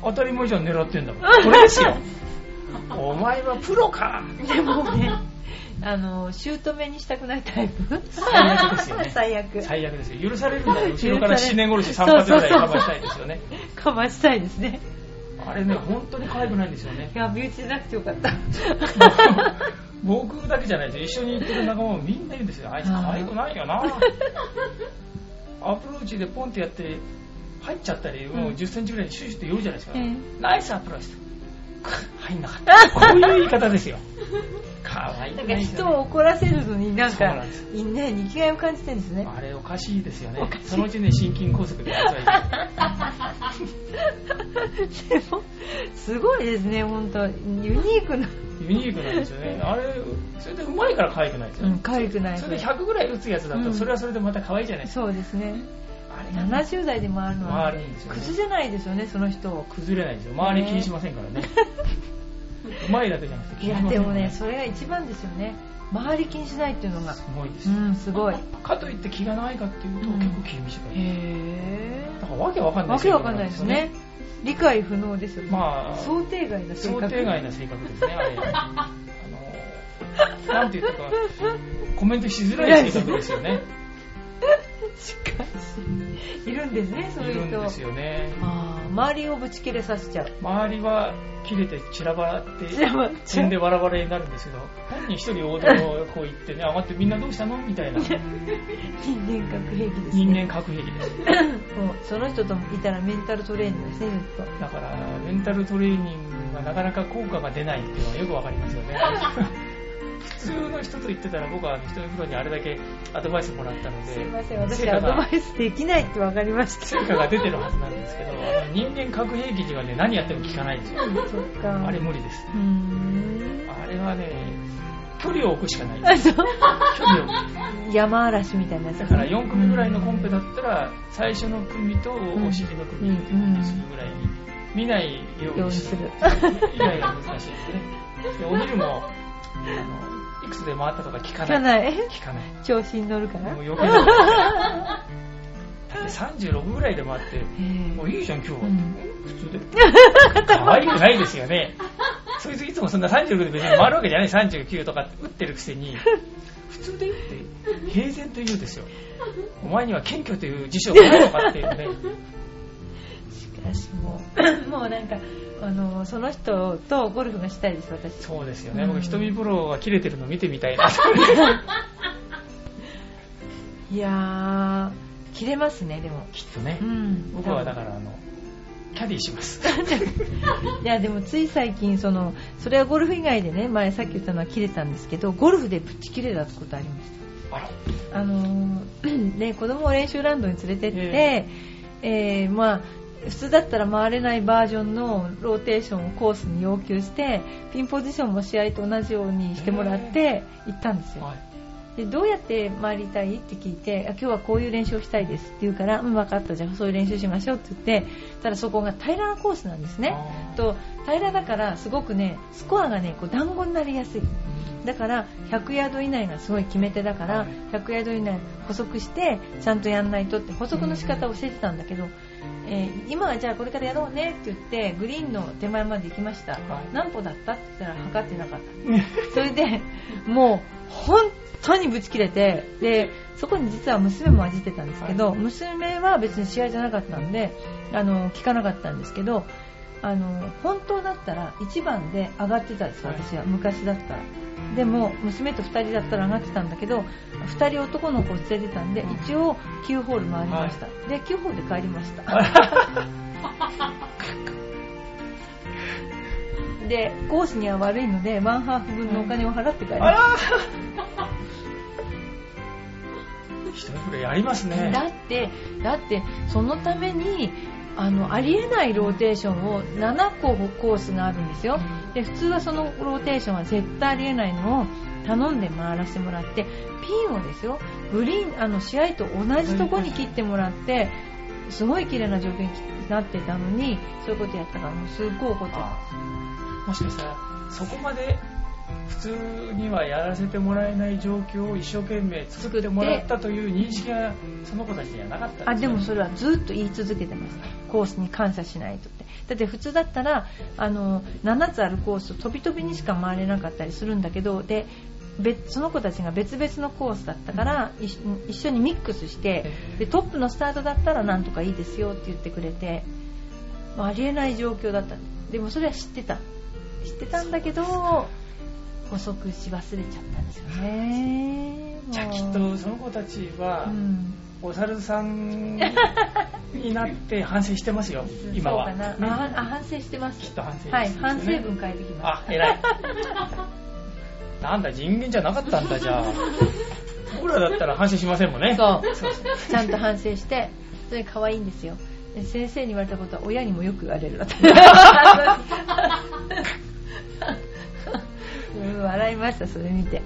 B: 当たり前じゃん狙ってんだもんこれですよお前はプロか
A: でもね、あの、姑にしたくないタイプ
B: 最悪ですよね
A: 最悪。
B: [LAUGHS] 最悪ですよ許されるなら後ろから死年殺し3発ぐらいカバーしたいですよね
A: かましたいですね。
B: あれね本当に可愛くないんですよね
A: いや、身内じゃなくてよか
B: [LAUGHS]
A: った。
B: 僕だけじゃないですよ一緒に行ってる仲間もみんな言うんですよあいつ可愛くな
A: [LAUGHS]
B: いよなアプローチでポンってやって入っちゃったり、もう1 0ンチぐらいにシュシュって寄るじゃないですか、
A: え
B: ナイスアプローチクッ入んなか
A: [LAUGHS]
B: ったこういう言い方ですよ可愛い
A: なんか人を怒らせるのになん
B: そう
A: か
B: なんです、
A: いいね、生きがいを感じてるんですね。
B: あれおかしいですよね
A: おかしい
B: そのうちね心筋梗塞であいつは
A: でも、すごいですね、本当ユニークな。
B: ユニークなんですよねあれ
A: [LAUGHS]
B: それでうまいから可愛くないですよ
A: う
B: ね、
A: ん、可愛くない。
B: それで100ぐらい打つやつだっ
A: う
B: たら
A: ん
B: それはそれでまた可愛いじゃないですか、
A: そうですね。
B: あれが
A: 70代で回るのは、
B: 回るんですよね
A: 靴じゃないですよね、その人を。
B: 崩れないですよ周り気にしませんからねうまいだけじゃなくて気
A: い
B: にし
A: や、
B: ませ
A: で
B: ん
A: も
B: から
A: ね、それが一番ですよね。周り気にしないっていうのが
B: す。ごいです
A: う
B: よ、
A: ん、すごい。へ
B: かといって気がないかっていうと、
A: うん
B: 結構気短い
A: え。
B: だからわけわかんない
A: わけわかんないですね。理解不能ですよね。
B: まあ
A: 想定外な性
B: 性格
A: 格。
B: なんですよね想定外な性格ですねあれあのなんていうかコメントしづらい性格ですよね
A: しか [LAUGHS] し、いるんですね、そう
B: い
A: い
B: る
A: うん人。
B: ですよね
A: あー周りをぶち切れさせちゃう。
B: 周りは切れて散らばって
A: 散らばっちゃう
B: 死んでバラバラになるんですけど本人一人王道をこう言ってね上がってみんなどうしたの
A: [LAUGHS]
B: みたいな
A: 人間核兵器ですね。
B: 人間核兵器です
A: もうその人といたらメンタルトレーニングですね、ずっと。
B: だからメンタルトレーニングがなかなか効果が出ないっていうのはよくわかりますよ
A: [LAUGHS]
B: ね普通の人と言ってたら僕はあの人のプロにあれだけアドバイスもらったのです
A: いません、私
B: 成
A: ア
B: 果
A: ドバ
B: が
A: イスできないって分かりました。
B: 成果が出てるはずなんですけどあの人間核兵器にはね何やっても効かないんですよ
A: そっか。
B: あれ無理です
A: うーん。
B: あれはね距離を置くしか
A: [LAUGHS]
B: ない
A: あ、そう。
B: 距離を置く
A: 山嵐みたいなやつ。
B: だから4組ぐらいのコンペだったら最初の組とお尻の組っていうふうにするぐらいに見ないよう
A: よう
B: に
A: に
B: す
A: す
B: る
A: る。
B: 以外が難しいですねでお昼もあのいくつで回ったとか聞か
A: 聞か
B: ない
A: ない。
B: 聞かない
A: 調子に乗るかな。
B: もう
A: へ
B: 余計なこと
A: [LAUGHS]
B: だって36ぐらいで回って
A: え
B: もういいじゃん今日は、
A: うん
B: 普
A: [LAUGHS]
B: 通で可愛くないですよねそいついつもそんな36で別に回るわけじゃない39とか打ってるくせに普通で打って平然と言うんですよお前には謙虚という辞書がないのかっていうね
A: しかしもう、 [COUGHS] もうなんか、あの、その人とゴルフがしたいです、私。
B: そうですよね、僕瞳プロが切れてるの見てみ
A: [LAUGHS]
B: たいな
A: いやー、切れますね、でも。
B: きっとね、
A: うん。
B: 僕はだからあのキャキャディします。
A: いやでもつい最近そのそれはゴルフ以外でね前さっき言ったのは切れたんですけどゴルフでプチ切れたことありまし
B: あら、
A: たあのー [CLEARS THROAT] ね子供を練習ラウンドに連れてって、
B: え
A: えーまあ普通だったら回れないバージョンのローテーションをコースに要求してピンポジションも試合と同じようにしてもらって行ったんですよ、
B: はい。
A: でどうやって回りたいって聞いてあ今日はこういう練習をしたいですって言うから、うん、分かったじゃあそういう練習しましょうって言ってたらそこが平らなコースなんですね
B: あー
A: と平らだからすごくねスコアがねこう団子になりやすいだから100ヤード以内がすごい決め手だから
B: はい
A: 100ヤード以内補足してちゃんとやんないとって補足の仕方を教えてたんだけど、えー今はじゃあこれからやろうねって言ってグリーンの手前まで行きました、
B: はい
A: 何歩だったって言ったら測ってなかったそれでもう本当にぶち切れてでそこに実は娘も混じってたんですけど、娘は別に試合じゃなかったんであの聞かなかったんですけどあの本当だったら1番で上がってたんですよ
B: はい
A: 私は昔だったら。でも娘と2人だったら上がってたんだけど2人男の子を連れてたんで一応9ホール回りました、で9ホールで帰りましたでコースには悪いのでワンハーフ分のお金を払って帰りま
B: あ
A: した
B: ら一人ぐらいやりますね。
A: だって、だって、そのために、あの、ありえないローテーションを7個コースがあるんですよ。で、普通はそのローテーションは絶対ありえないのを頼んで回らせてもらって、ピンをですよ、グリーン、あの、試合と同じとこに切ってもらって、すごい綺麗な状況になってたのに、そういうことやったから、もうすっごい怒ってた。
B: もしかしたらそこまで普通にはやらせてもらえない状況を一生懸命作ってもらったという認識がその子たちにはなかった
A: あ
B: ん
A: でもそ
B: れ
A: れはずっと言い続けてますコースに感謝しないとってだって普通だったらあの7つあるコースを飛び飛びにしか回れなかったりするんだけどで別その子たちが別々のコースだったから、一緒一緒にミックスしてでトップのスタートだったらなんとかいいですよって言ってくれて、まあ、ありえない状況だったでもそれは知ってた知ってたんだけど補足し忘れちゃったんですよね
B: じゃあきっ
A: もう
B: とその子たちは
A: うん
B: お猿さんになって反省してますよ今は
A: そうかな、
B: ね
A: ああ反省してます
B: きっと反省して
A: は
B: ま
A: い
B: すよね
A: 反省文書いてきま
B: あ偉いなんだ人間じゃなかったんだじゃあ僕らだったら反省しませんもんね
A: す [LAUGHS] そうちゃんと反省してそれ可愛いんですよで先生に言われたことは親にもよく言われ
B: [LAUGHS]
A: る [LAUGHS] うん笑いましたそれ見て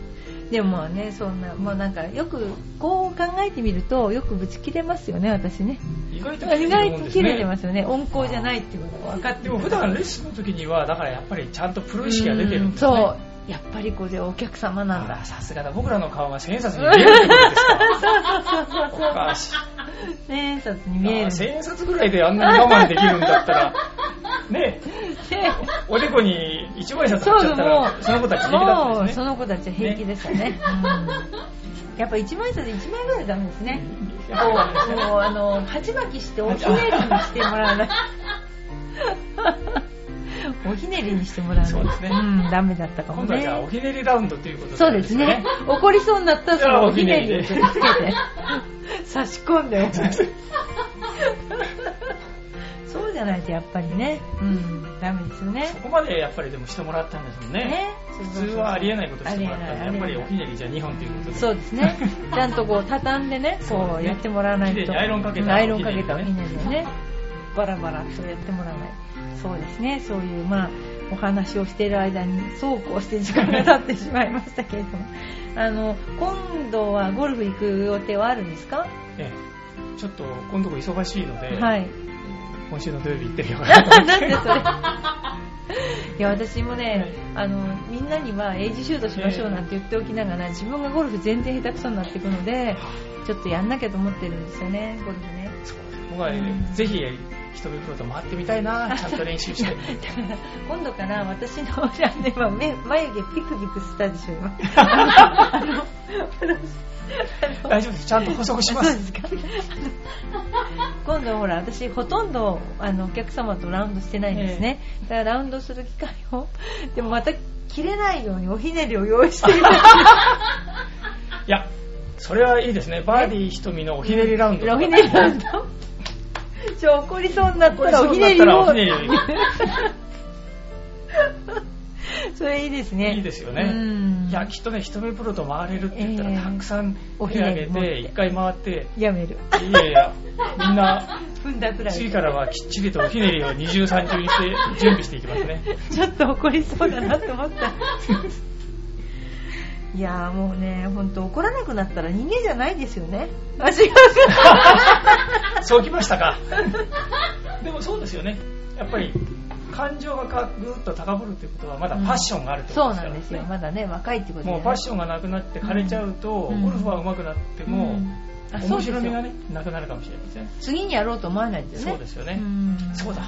A: でもまあねそんなもうなんかよくこう考えてみるとよくブチ切れますよね私ね
B: 意外と綺麗
A: 意
B: な
A: 外
B: もん
A: と
B: です
A: 切
B: ね
A: れてますよね温厚じゃないっていうことが分かって
B: でも普段レッスンの時にはだからやっぱりちゃんとプロ意識が出てるんですね
A: そうやっぱりこれお客様なんだ
B: あさすがだ僕らの顔が千円札に見えるってことですかおかしい
A: 千円札に見え
B: あ
A: る。
B: 千円札ぐらいであんなに我慢できるんだっ
A: [LAUGHS]
B: たらね
A: で
B: おでこに一 [LAUGHS] 枚札
A: そ
B: 貼っちゃ
A: う、
B: った
A: も
B: ら
A: う、
B: その子たち平気だった
A: もう、そ
B: んです
A: の子た
B: ね
A: ちは平気でしたね。うんやっぱ一枚札で1枚ぐらいダメですね。こう、もう、あの、鉢巻きしておひねりにしてもらわ
B: [LAUGHS]
A: ない。おひねりにしてもらわない。
B: そうですね
A: うん、ダメだったかも
B: 今度は
A: ね
B: じゃ。あおひねりラウンドということ
A: そうですね。怒りそうになったら、そのおひねりを
B: お
A: つ
B: ひ
A: け
B: ね
A: て
B: り、
A: 差し込ん
B: [LAUGHS]
A: で。そうじゃないと、やっぱりね、うん、ダメですよね
B: そ。こまでやっぱりでもしてもらったんですもんね
A: ね
B: 普通はありえないことしてもらった
A: あ
B: んで
A: りえな
B: やっ
A: い
B: ぱり
A: ありえない
B: おひねりじゃ2本ということで
A: そうです
B: [LAUGHS]
A: ね。ちゃんとこう畳んでね、こ
B: そうです
A: う
B: ね
A: やってもらわない
B: 綺麗
A: と。
B: にアイロンかけた
A: うんアイロンかけた
B: お
A: お
B: ひ
A: ひ
B: ね
A: ねりをね、バラバラとやってもらわない。そうですね。そういう、まあ、お話をしている間に、そうこうして時間が経ってしまいましたけれども。あの、今度はゴルフ行く予定はあるんですか、
B: ええちょっと今度忙しいので
A: はい。
B: 今週の土曜日行ってみようかな
A: [LAUGHS] な
B: と
A: んでそれ。いや私もね、あのみんなにはエイジシュートしましょうなんて言っておきながら自分がゴルフ全然下手くそになっていくのでちょっとやんなきゃと思ってるんですよねゴルフね [LAUGHS]
B: 僕はねぜひ一目プロと回ってみたいなちゃんと練習して
A: [LAUGHS] だから今度から私のチャンネルは目眉毛ピクピクしたでしょ今あの私あの
B: 大丈夫ですちゃんと補足しま
A: そう
B: す
A: ですか [LAUGHS] 今度ほら私ほとんどあのお客様とラウンドしてないんですね、だからラウンドする機会をでもまた切れないようにおひねりを用意してみた
B: い
A: [LAUGHS]
B: やそれはいいですねバーディー瞳のおひねりラウンド
A: おひねりラウンドちょ、怒りそうになったらお
B: そう
A: ひ
B: だ
A: ね
B: っ
A: り
B: たら
A: を
B: おひ。ねり
A: [LAUGHS] それいいですね。
B: いいですよ
A: う
B: ね。
A: ん
B: いや、きっとね、一目プロと回れるって言った
A: え
B: ら、
A: え
B: たくさん
A: おひ
B: 手
A: ね
B: 挙
A: り
B: げ
A: 持って
B: て、一回回って、
A: やめる。
B: いやいや、みんな、
A: 踏んだくらい。
B: 次からはきっちりとおひねりを二重三重にして、準備していきますね。
A: ちょっと怒りそうだなって思
B: [LAUGHS]
A: った。いやーもうね、ほんと怒らなくなったら人間じゃないですよね。あ、違う違う。
B: そうきましたか。でもそうですよね。やっぱり、感情がかぐーっと高ぶるってことは、まだパッションがあるってこ
A: そ
B: と
A: うなん
B: ですからね。
A: ですよ。まだね、若いってこと
B: もうパッ
A: ョ
B: ションがなくなって枯れちゃうと、
A: うん
B: ゴルフは上手くなっても、
A: あ、そう
B: 面
A: ですよ
B: 白みがね、なくなるかもしれませんね。
A: 次にやろうと思わないですよね。
B: そうですよね。
A: うん
B: そうだ。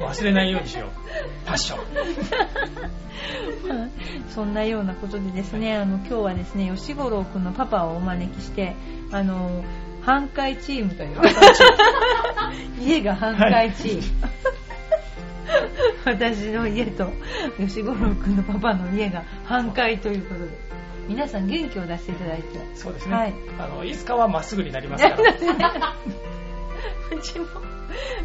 B: 忘れないようにしよう。
A: [LAUGHS]
B: パッション。
A: そんなようなことでですね、あの今日はですね、吉五郎くんのパパをお招きして、あの、半壊チームという、家が半壊チーム。私の家と吉五郎くんのパパの家が半壊ということで、皆さん元気を出していただいて、
B: そうですね。
A: はいい、
B: あのいつかはまっすぐになりますから。
A: うちも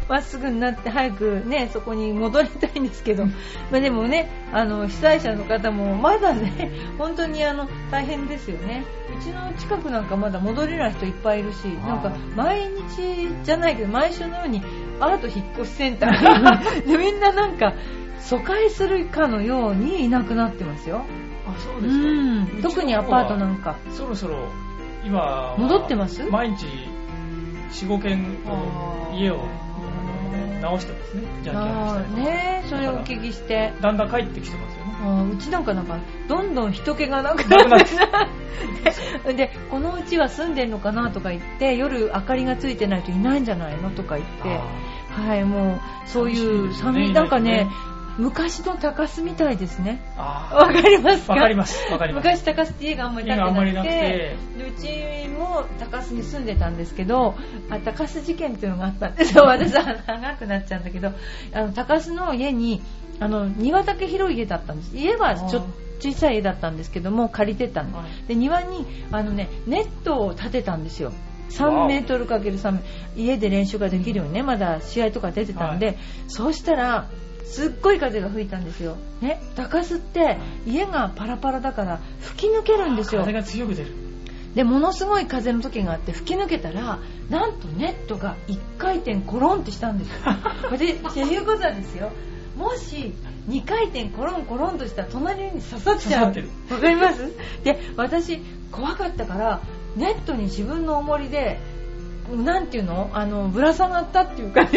A: まっすぐになって早くね、そこに戻りたいんですけど、 [LAUGHS] まあでもね、あの、被災者の方もまだね、 [LAUGHS] 本当にあの、大変ですよね。うちの近くなんかまだ戻れない人いっぱいいるし、なんか
B: あー
A: 毎日じゃないけど、毎週のようにアート引っ越しセンター [LAUGHS] でみんななんか、疎開するかのようにいなくなってますよ。
B: あ、そう
A: う
B: ですか。
A: ん。特にアパートなんか。
B: そろそろ今は
A: 戻ってます
B: 毎日45軒
A: あー
B: 家を直してますねじゃんけん
A: あ
B: した
A: ー
B: りとか
A: ね、それをお聞きして。
B: だんだん帰ってきてますよね
A: あーうちなんかなんかどんどん人気がなく
B: なく
A: な
B: な
A: っ
B: って
A: で [LAUGHS] でこのうちは住んでんのかなとか言って夜明かりがついてないといないんじゃないのとか言って
B: あ
A: はいもうそういう寒
B: 寂しいですね
A: いなんか
B: いない
A: ね
B: とね
A: 昔の高須みたいですね
B: ーあ
A: わかります
B: ー
A: か
B: わかりますわかります
A: 昔高須って家があんまり建
B: 家
A: って
B: があんまりな
A: なく
B: く
A: て
B: て
A: でうちも高須に住んでたんですけどあ高須事件っていうのがあったんですよ [LAUGHS] 私は長くなっちゃうんだけどあの高須の家にあの庭だけ広い家だったんです家はちょ
B: あー
A: 小さい家だったんですけども借りてたの
B: はい
A: で庭にあの、ね、ネットを立てたんですよ
B: わ
A: 3
B: お
A: メートルかける3家で練習ができるようにねまだ試合とか出てたんで、
B: は
A: そうしたらすっごい風が吹いたんですよ、ね、高須って家がパラパラだから吹き抜けるんですよ
B: 風が強く出る
A: でものすごい風の時があって吹き抜けたらなんとネットが1回転コロンってしたん
B: [LAUGHS]
A: ですよでっていうことはですよもし2回転コロンコロンとしたら隣に刺さっちゃう
B: 刺さってる
A: わかりますで私怖かったからネットに自分の重りでなんていうのあのぶら下がったっていうかね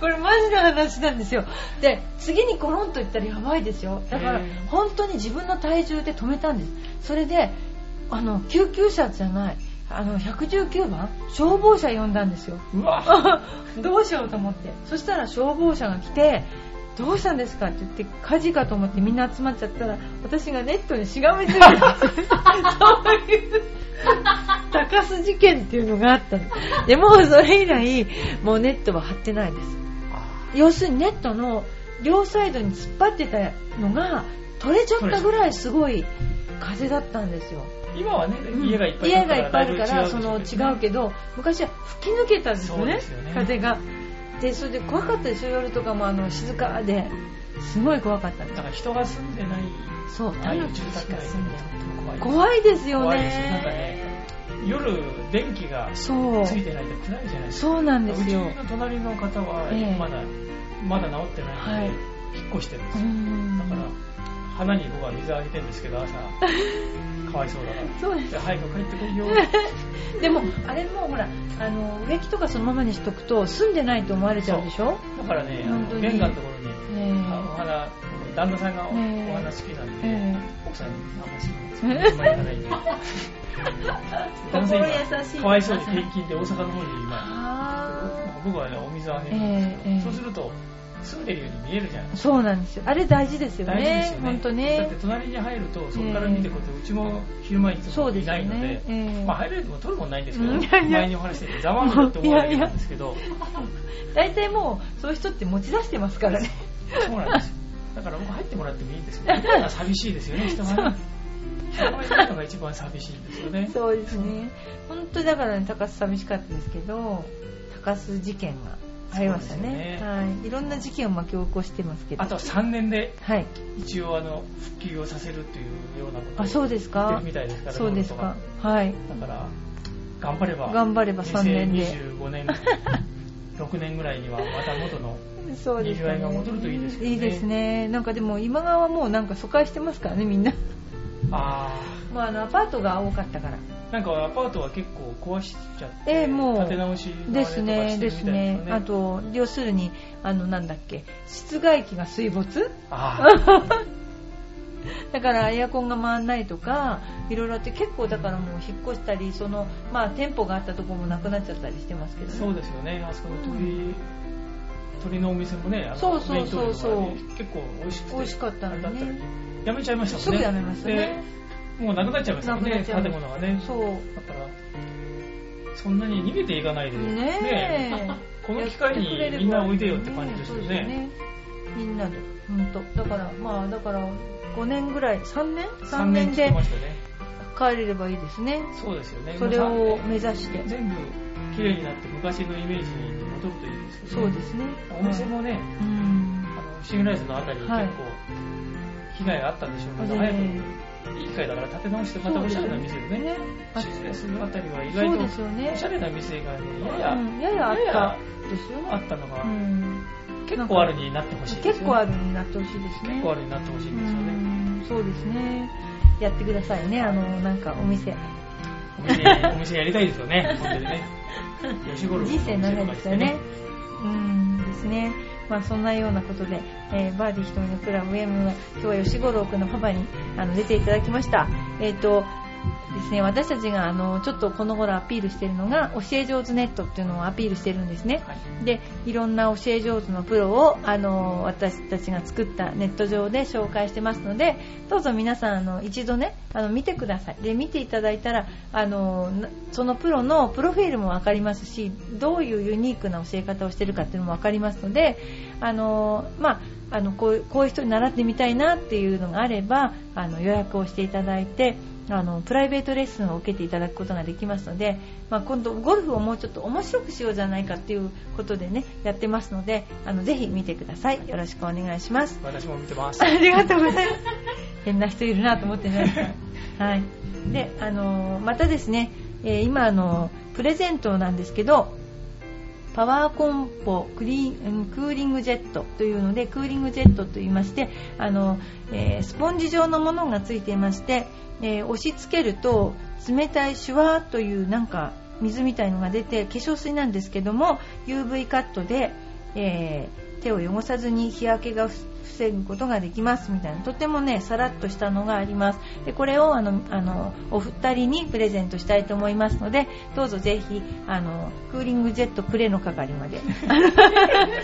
A: これマジな話なんですよで次にコロンといったらやばいですよだから
B: へー
A: 本当に自分の体重で止めたんですそれであの救急車じゃないあの119番消防車呼んだんですよ
B: うわ
A: [LAUGHS] どうしようと思ってそしたら消防車が来てどうしたんですかって言って火事かと思ってみんな集まっちゃったら私がネットにしがみついてるそういう高須事件っていうのがあったのでもうそれ以来もうネットは張ってないです要するにネットの両サイドに突っ張ってたのが取れちゃったぐらいすごい風だったんですよ
B: 今はね家がいっぱい
A: 家
B: あ
A: がいっ
B: るか
A: ぱい
B: ら
A: あるからその違うけど昔は吹き抜けたんです
B: そ
A: よ
B: う
A: ね
B: ですよね
A: 風がでそれで怖かったですよ夜とかもあの静かですごい怖かったん
B: ど
A: で
B: だ
A: す
B: から人が住んでない
A: そう
B: ああいう
A: 狸
B: 住宅
A: しか
B: 街
A: 住んでない
B: 怖い
A: 怖いですよ
B: 怖いですよなんか
A: ね
B: ね夜電気が
A: そう
B: ついてないと暗いじゃないですか
A: そうなんですよ
B: うちの隣の方は
A: ええ
B: まだ、まだ治ってないので、引っ越してるんで
A: う
B: すよ、
A: ん
B: だから花に僕は水あげてるんです
A: [LAUGHS]
B: けど朝かわいそうだから
A: そうです
B: で早く帰ってこ
A: [LAUGHS]
B: いよ
A: でもあれもほらあの植木とかそのままにしとくと住んでないと思われちゃうでしょ
B: だからねあ
A: 本当
B: の
A: に
B: 玄関のところに
A: ね
B: あお花旦那さんがお,、
A: ええ
B: 花好きなんで、
A: え
B: 奥さんにあんま好きなんですよあ
A: [LAUGHS]
B: んまり行かないんで旦那さん
A: 心
B: 今
A: 優しい
B: かわいそうに転勤で大阪の方に
A: [LAUGHS]
B: 今
A: あ
B: 僕はねお水あげるんです
A: ええ
B: よ、
A: ええ
B: そうすると住んでるように見えるじゃない
A: ーそうなんですよあれ大事ですよ
B: 大事です
A: ね
B: よね。
A: 本当
B: だって
A: ね
B: 隣に入ると、そこから見てくると、うちも昼間いつ
A: そ
B: も
A: うで
B: い
A: すよ
B: ないの
A: ね
B: で、
A: ええ
B: まあ入れるとも取るもんないんですけど、
A: うんいやいや
B: 前にお話ししてて、ざまんって思われるんですけど、
A: [LAUGHS] 大体もうそういう人って持ち出してますから
B: [LAUGHS]
A: ね [LAUGHS]
B: そうなんですよ。だから僕入ってもらってもいいんですけど、みんな寂しいですよね、人がね。広がりないのが一番寂しいんですよね。
A: そうですね。本当にだからね、高須寂しかったですけど、高須事件がありました
B: そうで
A: ね。
B: すね
A: はい。いろんな事件を巻き起こしてますけど。
B: あとは3年で
A: はい。
B: 一応あの復旧をさせるというようなことを
A: あ、そうです
B: 言っ
A: か
B: てるみたいですから、
A: そうですか。はい。
B: ロボットが。だから、頑張れば、
A: 頑張れば3年
B: 平成
A: で。
B: 25年、6年ぐらいにはまた元の、
A: そうです
B: にぎわいが戻るといいですけどね
A: いいですね。なんかでも今川はもうなんか疎開してますからね、みん
B: [LAUGHS]
A: な。
B: あ
A: まああの、アパートが多かったから。
B: ー、なんかアパートは結構壊しちゃって、
A: ええもう
B: 建て直しのあれ
A: で
B: とかし
A: す
B: てるみたい
A: ね、ですね。あと、要するに、あの、なんだっけ、室外機が水
B: [LAUGHS]
A: 没
B: あー
A: だからエアコンが回んないとか、いろいろあって、結構だからもう引っ越したり、その、まあ店舗があったとこもなくなっちゃったりしてますけどね。
B: そうですよね、あそこの鳥、鳥のお店もね、あの
A: そうそうそうそう
B: メイン通りのところに結構美味しくて、
A: 美味しかったのにね
B: あれだらやめちゃいましたもんね。
A: すぐやめましたね。
B: でもうなくなっちゃいましたもん
A: なくな
B: ね、
A: っちゃいま
B: 建
A: した
B: 物がね。
A: そう。
B: だから、そんなに逃げていかないで、
A: ねえ。
B: [LAUGHS] この機会にみんなおいでよって感じですよ
A: そう
B: ね。。
A: みんなで、ほんと。だから、まあだから、5年ぐらい、3年 ?3
B: 3
A: 年
B: 年来
A: で
B: てましたよね。
A: 帰れればいいですね。
B: そうですよね。
A: それを目
B: もう
A: 指して
B: 三。全部綺麗になって昔のイメージに戻るといいですよ
A: そう
B: ね。
A: ですね。
B: お店もね、
A: うん。
B: あのシングライズのあたり結構
A: はい
B: 被害があったんでしょうけど、
A: ね
B: 早くいい機会だから建て直してまたおしゃれな店をね。
A: ねあ
B: シングライズのあたりは意
A: そう
B: 外
A: です
B: と
A: よね
B: お。しゃれな店がね、や
A: う
B: や、
A: んややあったですよ
B: あ
A: ね。
B: ったのが
A: うん
B: 結構あるになってほしいです
A: 結
B: よね。
A: 構あるになってほしいですね。
B: 結構あるになってほしいんですよね。
A: うんそうですね。やってくださいね、あの、なんかお店。
B: お店お店やりたいですよね、本当に
A: [LAUGHS]
B: ね。吉五郎
A: 人生長いですよね。。うんですね。まあそんなようなことで、えーバーディー瞳のクラブ M は今日は吉五郎くんのパパにあの出ていただきました。えっ、と、ですね、私たちがあのちょっとこの頃アピールしてるのが教え上手ネットっていうのをアピールしてるんですね。
B: はい
A: でいろんな教え上手のプロをあの私たちが作ったネット上で紹介してますのでどうぞ皆さんあの一度ねあの見てくださいで見ていただいたらあのなそのプロのプロフィールも分かりますしどういうユニークな教え方をしてるかっていうのも分かりますのであの、まあ、あのこういうこういう人に習ってみたいなっていうのがあればあの予約をしていただいてあのプライベートレッスンを受けていただくことができますので、まあ、今度ゴルフをもうちょっと面白くしようじゃないかっていうことでねやってますのであのぜひ見てくださいよろしくお願いします
B: 私も見てま
A: [LAUGHS]
B: す
A: あ。りがとうございます変な人いるなと思ってねはいであのまたですね、えー今あのプレゼントなんですけどパワーコンポクリーンうんクーリングジェットというのでクーリングジェットと言いましてあの、えースポンジ状のものがついていまして、えー押し付けると冷たいシュワーというなんか水みたいのが出て化粧水なんですけども UV カットで、えー手を汚さずに日焼けがふ防ぐことができますみたいなとてもねさらっとしたのがありますでこれをあのあのお二人にプレゼントしたいと思いますのでどうぞぜひあのクーリングジェットくれの係まで [LAUGHS]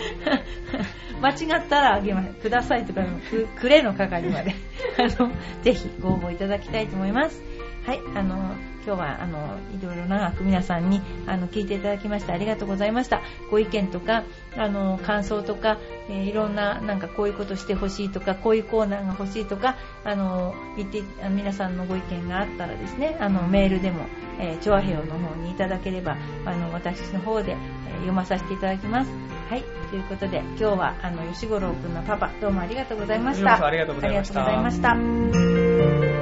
A: 間違ったらあげますくださいとかでもくくれの係まであのぜひご応募いただきたいと思いますはいあの今日はあのいろいろ長く皆さんにあの聞いていただきましてありがとうございましたご意見とかあの感想とか、えーいろんななんかこういうことしてほしいとかこういうコーナーが欲しいとかあの言ってあ皆さんのご意見があったらですねあのメールでも、えー、調和平の方にいただければあの私の方で、えー読まさせていただきますはいということで今日はあの吉五郎くんのパパどうもありがとうございました
B: ありがとうございました
A: ありがとうございました